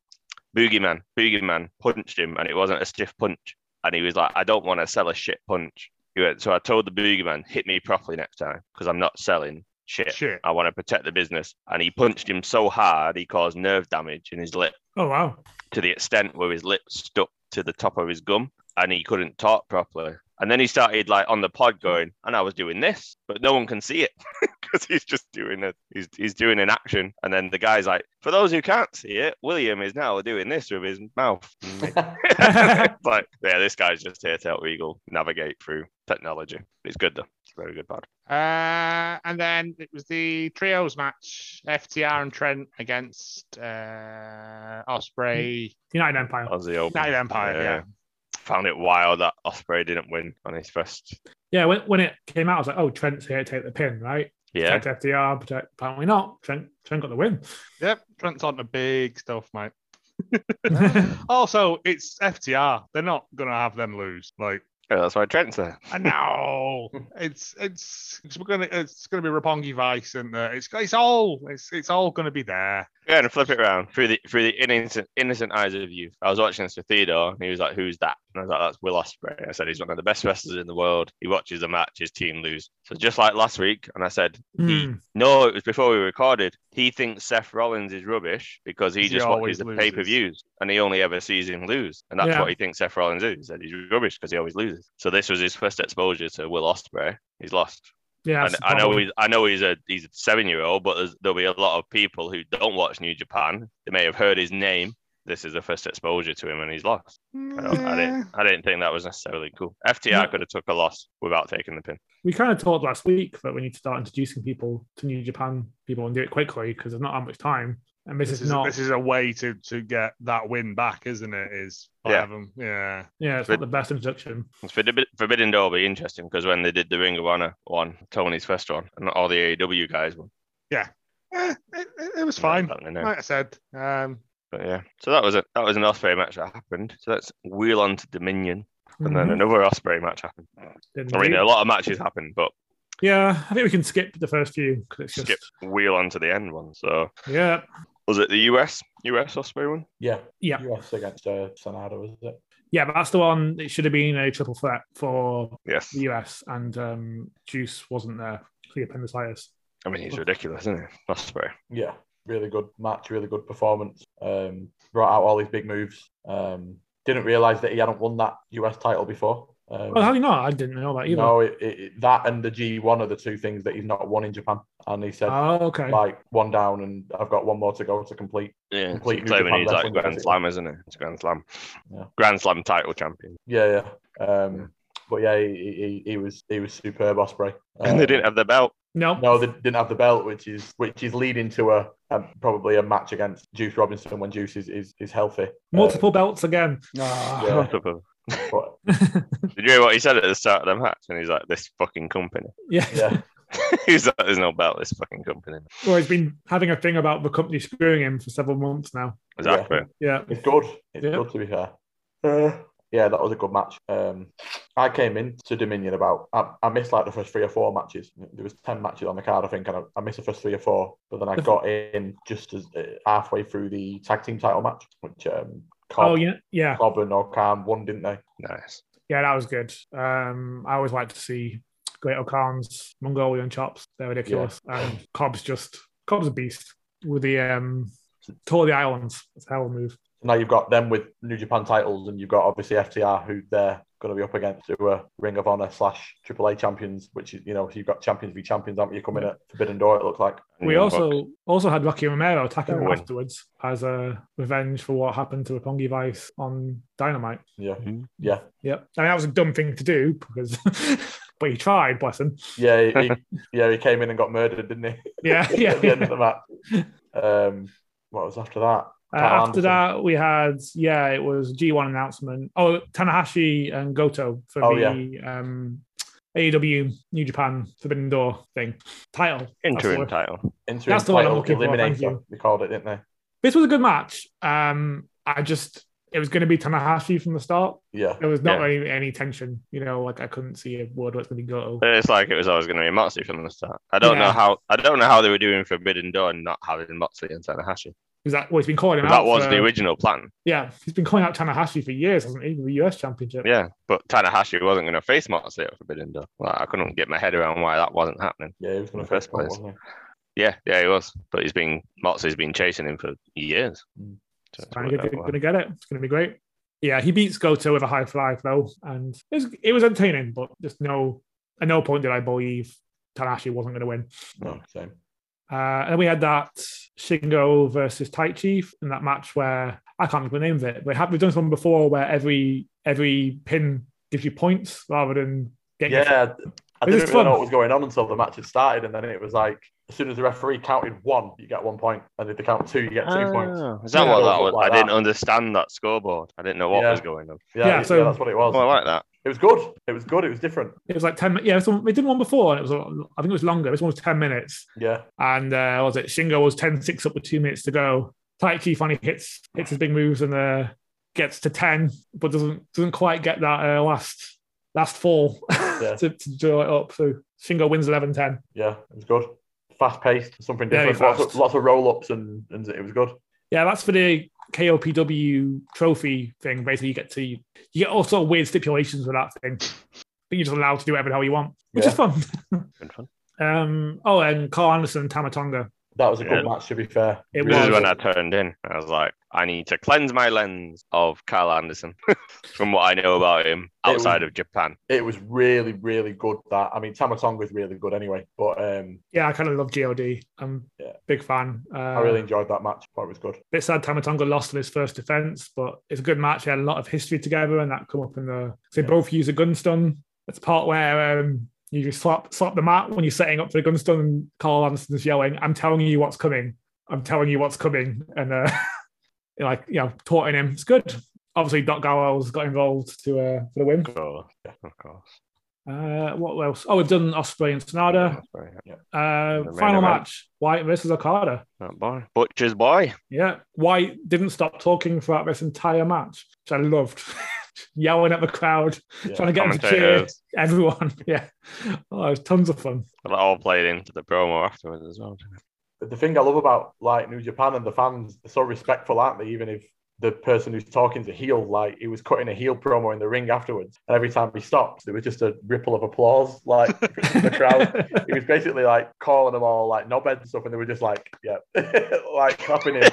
Boogeyman, Boogeyman punched him, and it wasn't a stiff punch. And he was like, I don't want to sell a shit punch. He went, so I told the Boogeyman, hit me properly next time because I'm not selling shit. shit. I want to protect the business. And he punched him so hard he caused nerve damage in his lip Oh wow. to the extent where his lip stuck to the top of his gum and he couldn't talk properly. And then he started like on the pod going, and I was doing this, but no one can see it [laughs] because he's just doing it. He's, he's doing an action. And then the guy's like, for those who can't see it, William is now doing this with his mouth. [laughs] [laughs] It's like, yeah, this guy's just here to help Regal navigate through technology. It's good though. It's a very good pod. Uh, and then it was the trios match: FTR and Trent against uh, Osprey, United Empire. Aussie Open. United Empire. Yeah. found it wild that Osprey didn't win on his first. Yeah, when, when it came out, I was like, oh, Trent's here to take the pin, right? Yeah, Protect FDR, protect. Apparently not. Trent Trent got the [laughs] win. Yep, Trent's on to big stuff, mate. Also, it's FTR. They're not gonna have them lose. Like, Yeah, Oh, that's why Trent's there. [laughs] I know it's it's it's gonna it's gonna be Rapongi Vice, and uh, it's it's all it's it's all gonna be there. Yeah, and flip it around through the through the innocent innocent eyes of youth. I was watching this with Theodore, and he was like, "Who's that?" And I was like, "That's Will Osprey." I said, "He's one of the best wrestlers in the world. He watches the match, his team lose." So just like last week, and I said, [laughs] Hmm. "No, it was before we recorded. He thinks Seth Rollins is rubbish because he He just always watches the loses. pay per views, and he only ever sees him lose, and that's Yeah. what he thinks Seth Rollins is. He said he's rubbish because he always loses. So this was his first exposure to Will Osprey. He's lost. Yeah, And that's the I know problem. he's I know he's a he's a seven year old, but there's, there'll be a lot of people who don't watch New Japan. They may have heard his name, this is the first exposure to him and he's lost. I, don't, I didn't. I didn't think that was necessarily cool. FTR No. could have took a loss without taking the pin. We kind of talked last week that we need to start introducing people to New Japan people and do it quickly because there's not that much time. And this, This is is, not, this is a way to, to get that win back, isn't it? Is by Yeah. having- yeah. yeah, it's but- not the best introduction. It's Forbidden, Forbidden Door will be interesting because when they did the Ring of Honor one, Tony's first one, and all the AEW guys won. Eh, it, it- it was fine. Not happening now. Like I said, um, But yeah, so that was a that was an Osprey match that happened. So let's wheel on to Dominion, and then Mhm. another Osprey match happened. Didn't I mean, we? a lot of matches happened, but yeah, I think we can skip the first few because it's just skip wheel on to the end one. So yeah, was it the US US Osprey one? Yeah. Yeah. US against uh, Sanada, was it? yeah. But that's the one. It should have been a triple threat for Yes. the US, and um, Juice wasn't there for the appendicitis. I mean, he's ridiculous, isn't he? Osprey. Yeah. Really good match, really good performance. Um, brought out all his big moves. Um, didn't realize that he hadn't won that US title before. Um, Well, how do you not? I didn't know that either. no, it, it, it- that and the G1 are the two things that he's not won in Japan. And he said, Oh, okay. like, one down, and I've got one more to go to complete. Yeah. Complete He's claiming New he's Japan like wrestling Grand Slam, isn't it? It's Grand Slam. Yeah. Grand Slam title champion. [laughs] Yeah, yeah. Um, but yeah, he, he, he was he was superb Osprey. Um, and they didn't have the [laughs] belt. no, No, they didn't have the belt, which is which is leading to a, a probably a match against Juice Robinson when Juice is is, is healthy. multiple belts again. Yeah. Did Um, but, you hear what he said at the start of the match? And he's like, this fucking company. [laughs] [laughs] yeah. yeah, he's like, there's no belt, this fucking company. Well, he's been having a thing about the company screwing him for several months now. Exactly. Yeah. it's good. It's Yeah. good to be fair. Uh, yeah, that was a good match. Um, I came in to Dominion about I, I missed like the first three or four matches. There was ten matches on the card, I think, and I, I missed the first three or four. But then I got in just as uh, halfway through the tag team title match, which um, Cobb, Oh, yeah. Yeah. Cobb and O'Khan won, didn't they? Nice. Yeah, that was good. Um, I always like to see Great O'Khan's Mongolian chops. They're ridiculous. And Cobb's just, Cobb's a beast with the, um, Tour of the Islands. That's how we move. So now you've got them with New Japan titles, and you've got obviously FTR, who they're going to be up against, who are Ring of Honor slash AAA champions, which is, you know, so you've got champions v champions, aren't you, coming at Forbidden Door, it looks like. And we Young also Buck. also had Rocky Romero attacking Oh, him win. afterwards as a revenge for what happened to Rapongi Vice on Dynamite. Yeah. Mm-hmm. Mhm. Yeah. Yep. I mean, that was a dumb thing to do because, [laughs] but he tried, bless him. Yeah. He, [laughs] he- yeah. He came in and got murdered, didn't he? Yeah. [laughs] Yeah. at the end of the match. Um, what was after that? Uh, Carl after Anderson. that, we had yeah, it was G1 announcement. Oh, Tanahashi and Goto for Oh, the um, AEW New Japan Forbidden Door thing title. That's the interim word. title. Interim That's the one I'm title looking for, thank eliminator, you. they called it, didn't they? This was a good match. Um, I just it was going to be Tanahashi from the start. Yeah. There was not Yeah. really any tension. You know, like I couldn't see a word where it's going to go. But it's like it was always going to be Moxley from the start. I don't know Yeah. how I don't know how they were doing Forbidden Door and not having Moxley and Tanahashi. Is that well, he's been calling him That out? was for- the original plan. Yeah, he's been calling out Tanahashi for years, hasn't he? With the US Championship. Yeah, but Tanahashi wasn't going to face Moxley at Forbidden Door. Like, I couldn't get my head around why that wasn't happening. Yeah. He was going In the to first first one, place. wasn't Yeah, yeah, he was. But he's been Moxley's been chasing him for years. Mm. So it's Trying worked to out get, well. gonna get it. It's gonna be great. Yeah, he beats Goto with a high fly though, and it was, it was entertaining, but just no, at no point did I believe Tanahashi wasn't gonna win. he? No. Same. Uh, and then we had that Shingo versus Taichi in that match where I can't remember the name of it. We have, we've done something before where every every pin gives you points rather than getting your- Yeah, I It was didn't really fun. know what was going on until the match had started, and then it was like as soon as the referee counted one, you get one point, and if they count two, you get two points. Ah, Is that Yeah, what it that was? was like I didn't that. understand that scoreboard. I didn't know what Yeah. was going on. Yeah, Yeah, it- so- yeah, that's what it was. Oh, I like that. It was good. It was good. It was different. It was like ten. Yeah, so we did one before, and it was a- I think it was longer. This one was ten minutes, Yeah, and uh, what was it Shingo was 10-6 up with two minutes to go. Tai Chi finally hits hits his big moves and uh, gets to ten, but doesn't doesn't quite get that uh, last last fall [laughs] to, to draw it up. So Shingo wins 11-10. yeah, it was good. Fast paced, something Very different. Lots of, fast. lots of roll ups, and, and it was good. Yeah, that's for the KOPW trophy thing. Basically, you get to you get all sort of weird stipulations with that thing, but you're just allowed to do whatever the hell you want, which Yeah. is fun. Good fun. Um, oh, and Carl Anderson and Tamatonga That was a good Yeah. match, to be fair. It This was. is when I turned in. I was like, I need to cleanse my lens of Carl Anderson [laughs] from what I know about him outside of Japan. It was really, really good. That I mean, Tamatonga was really good anyway, but um, Yeah, I kind of love GOD. I'm Yeah. big fan. Uh, I really enjoyed that match. Thought it was good. bit sad Tamatonga lost in his first defense, but it's a good match. They had a lot of history together, and that come up in the. They Yeah. both use a gun stun. That's the part where um, you just slap slap the mat when you're setting up for the gun stun, and Carl Anderson's yelling, "I'm telling you what's coming! I'm telling you what's coming!" And uh, [laughs] you're like you know, taunting him. It's good. Obviously, Doc Gallows got involved to uh, for the win. Of course. Of course. Uh, what else? Oh, we've done Osprey and Sonada. Right, Uh, main final event. match: White versus Okada. That boy. Butcher's boy. Yeah, White didn't stop talking throughout this entire match, which I loved. [laughs] Yelling at the crowd, Yeah. trying to get them to cheer Commentators. everyone. [laughs] yeah, oh, it was tons of fun. That all played into the promo afterwards as well. didn't it? the thing I love about like New Japan and the fans, they're so respectful, aren't they? Even if the person who's talking's a heel, like he was cutting a heel promo in the ring afterwards, and every time he stopped, there was just a ripple of applause, like from the crowd. He was basically like calling them all like knobheads and stuff, and they were just like, yeah, [laughs] like clapping him.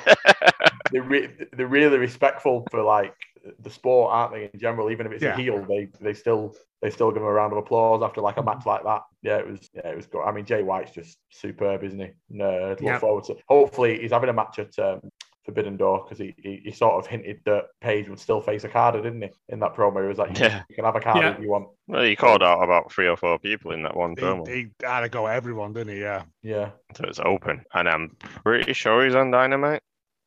They re- they're really respectful for like the sport, aren't they? In general, even if it's Yeah. a heel, they they still they still give him a round of applause after like a match like that. Yeah, it was yeah, it was good. I mean, Jay White's just superb, isn't he? Nerd. Look Yeah. forward to. Hopefully, he's having a match at um, Forbidden Door because he, he he sort of hinted that Paige would still face a Carter, didn't he? In that promo, he was like, [laughs] Yeah. "You can have a Carter Yeah. if you want." Well, he called out about three or four people in that one promo. He, he had a go at everyone, didn't he? Yeah. Yeah. So it's open. And I'm pretty sure he's on Dynamite.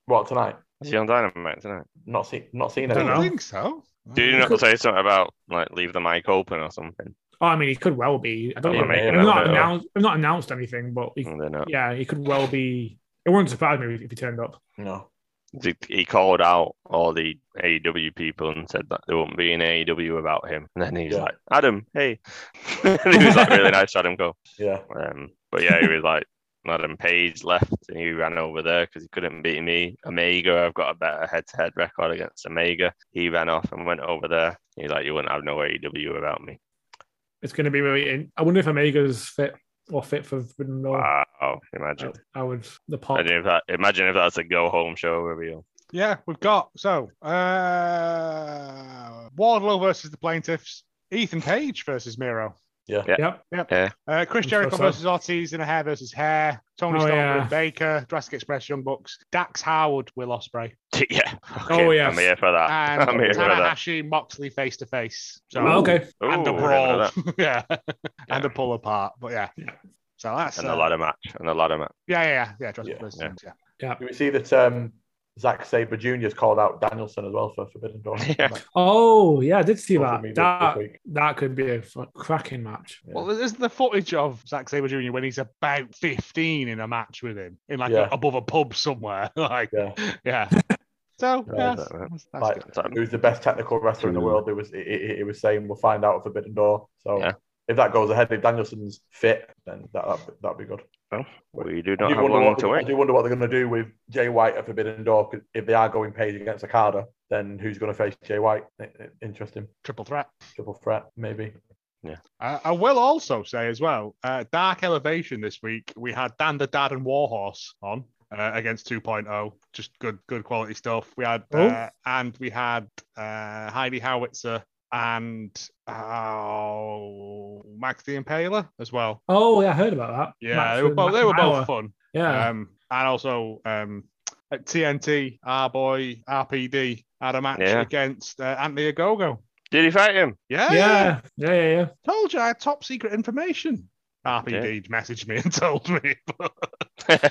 What tonight? Is he on Dynamite tonight? Not seen not seen I don't anything. think so. Did you not say something about like leave the mic open or something? [laughs] Oh, I mean, he could well be. I don't He know. may I've have not, been. announced, I've not announced anything, but he, And then uh, yeah, he could well be. It wouldn't surprise me if he turned up. No. he- he called out all the AEW people and said that there wouldn't be an AEW about him. And then he's Yeah. like, Adam, hey. [laughs] And he was like, really nice to Adam go. Yeah. Um, but yeah, he was like, Adam Page left and he ran over there because he couldn't beat me. Omega, I've got a better head to head record against Omega. He ran off and went over there. He's like, You wouldn't have no AEW about me. It's going to be really. In- I wonder if Omega's fit or fit for Forbidden Door. Wow. Imagine. I, I would the pop. Imagine if, that, imagine if that's a go home show reveal. Yeah, we've got so uh Wardlow versus the plaintiffs, Ethan Page versus Miro, Yep. uh, Chris I'm so Jericho sorry. versus Ortiz in a hair versus hair, Tony Oh, Storm yeah. and Baker, Jurassic Express, Young Bucks, Dax Howard, Will Osprey, [laughs] yeah. Okay. Oh, yes. I'm here for that. and Ah, [laughs] I'm here for that. Tanahashi Moxley face to face. So Oh, okay. and a Ooh, I'm here for brawl, that. [laughs] yeah, and Yeah. a pull apart, but yeah, Yeah. so that's And uh, a ladder match. And a ladder match. Yeah, yeah, yeah, yeah, Jurassic Yeah. Express, Yeah. yeah. Did we see that um, Zack Saber Junior's called out Danielson as well for Forbidden Door? Yeah. That- Oh yeah, I did see that that. was me this- That this week. that could be a f- cracking match. Yeah. Well, isn't the footage of Zack Sabre Jr. when he's about 15 in a match with him, in like Yeah. a, above a pub somewhere? [laughs] like, Yeah. [laughs] yeah. So, Yeah, yeah, that- that- that's, that's like, good. That- who's the best technical wrestler Mm. in the world? It was it, it, it was saying we'll find out at Forbidden Door. So Yeah. if that goes ahead, if Danielson's fit, then that that'd, that'd be good. We do I not do, have wonder long what, to I wait. do wonder what they're going to do with Jay White at Forbidden Door 'cause if they are going Page against Okada, then who's going to face Jay White? I- I- Interesting triple threat. triple threat, maybe. Uh, I will also say as well, uh, Dark Elevation this week, we had Dan the Dad and Warhorse on uh, against 2.0. Just good, good quality stuff. We had, Oh. uh, and we had uh, Heidi Howitzer and oh, Max the Impaler as well. Oh yeah, I heard about that. Yeah, Match they were, with both, Matt they were Lauer. both fun. Yeah. Um, and also um, at TNT, our boy RPD had a match Yeah. against uh, Anthony Agogo. Did he fight him? Yeah, yeah, yeah, yeah, yeah. Told you I had top secret information. RPD messaged me and [laughs] told me.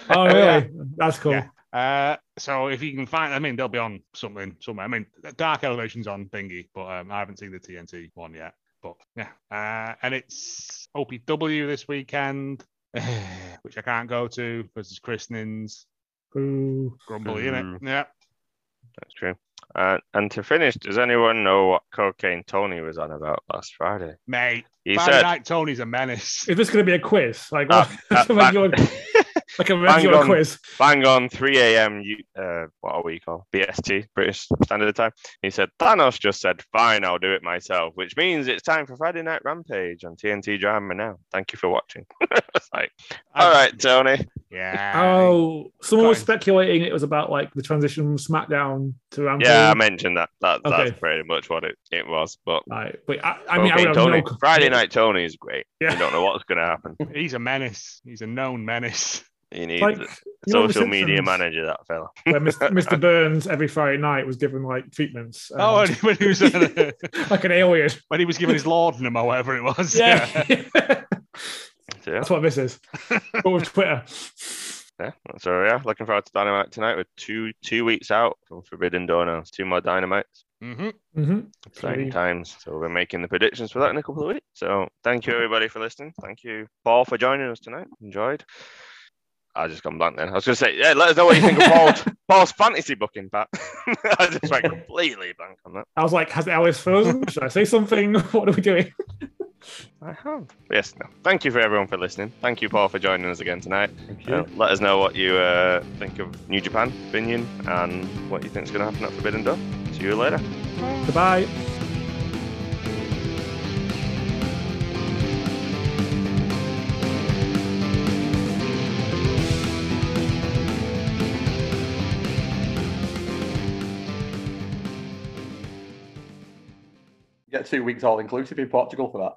Oh, really? Yeah. That's cool. Yeah. uh, so if you can find, I mean, they'll be on something somewhere. I mean, Dark Elevation's on thingy, but um, I haven't seen the TNT one yet. But yeah, uh, and it's OPW this weekend, [sighs] which I can't go to because it's christenings, Ooh. grumbly, in it? Mm. Yeah. That's true. Uh, and to finish, does anyone know what Cocaine Tony was on about last Friday? Mate, He Friday [laughs] said, Night Tony's a menace. [laughs] Is this going to be a quiz? Like, uh, uh, like [laughs] a regular, bang, like a regular on. quiz? [laughs] bang on 3 a.m. U- Uh, what are we called? BST, British Standard Time. He said, Thanos just said, fine, I'll do it myself, which means it's time for Friday [laughs] Night Rampage on TNT Drama now. Thank you for watching. It's like, all right, Tony, Yeah. Oh, someone was Fine. speculating it was about like the transition from SmackDown to Rampage. Yeah, I mentioned that. that Okay. That's pretty much what it, it was. But Right, but I, I I mean, I would have Tony, no co- Friday Night Tony is great. Yeah. You don't know what's going to happen. He's a menace. He's a known menace. You [laughs] need Like, a you know, The social media Simpsons, manager, that fella. where Mr. Mr. Burns every Friday night was given like treatments. um, [laughs] Oh, and when he was like an alien. when he was giving his laudanum or whatever it was. [laughs] [laughs] Yeah. So, yeah, That's what this is. But with Twitter. yeah. So yeah, looking forward to Dynamite tonight. With two two weeks out from Forbidden Door now. Two more Dynamites. hmm hmm Exciting Indeed. times. So we're making the predictions for that in a couple of weeks. So thank you everybody for listening. Thank you Paul for joining us tonight. Enjoyed. I just gone blank then. I was going to say, yeah, let us know what you [laughs] think of Paul's, Paul's fantasy booking, Pat. [laughs] I just went completely blank on that. I was like, has Alice frozen? Should I say something? [laughs] What are we doing? I have. Yes, no. Thank you for everyone for listening. Thank you, Paul, for joining us again tonight. Thank you. Uh, let us know what you uh, think of New Japan opinion and what you think's going to happen at Forbidden Door. See you later. Goodbye. You get two weeks all inclusive in Portugal for that.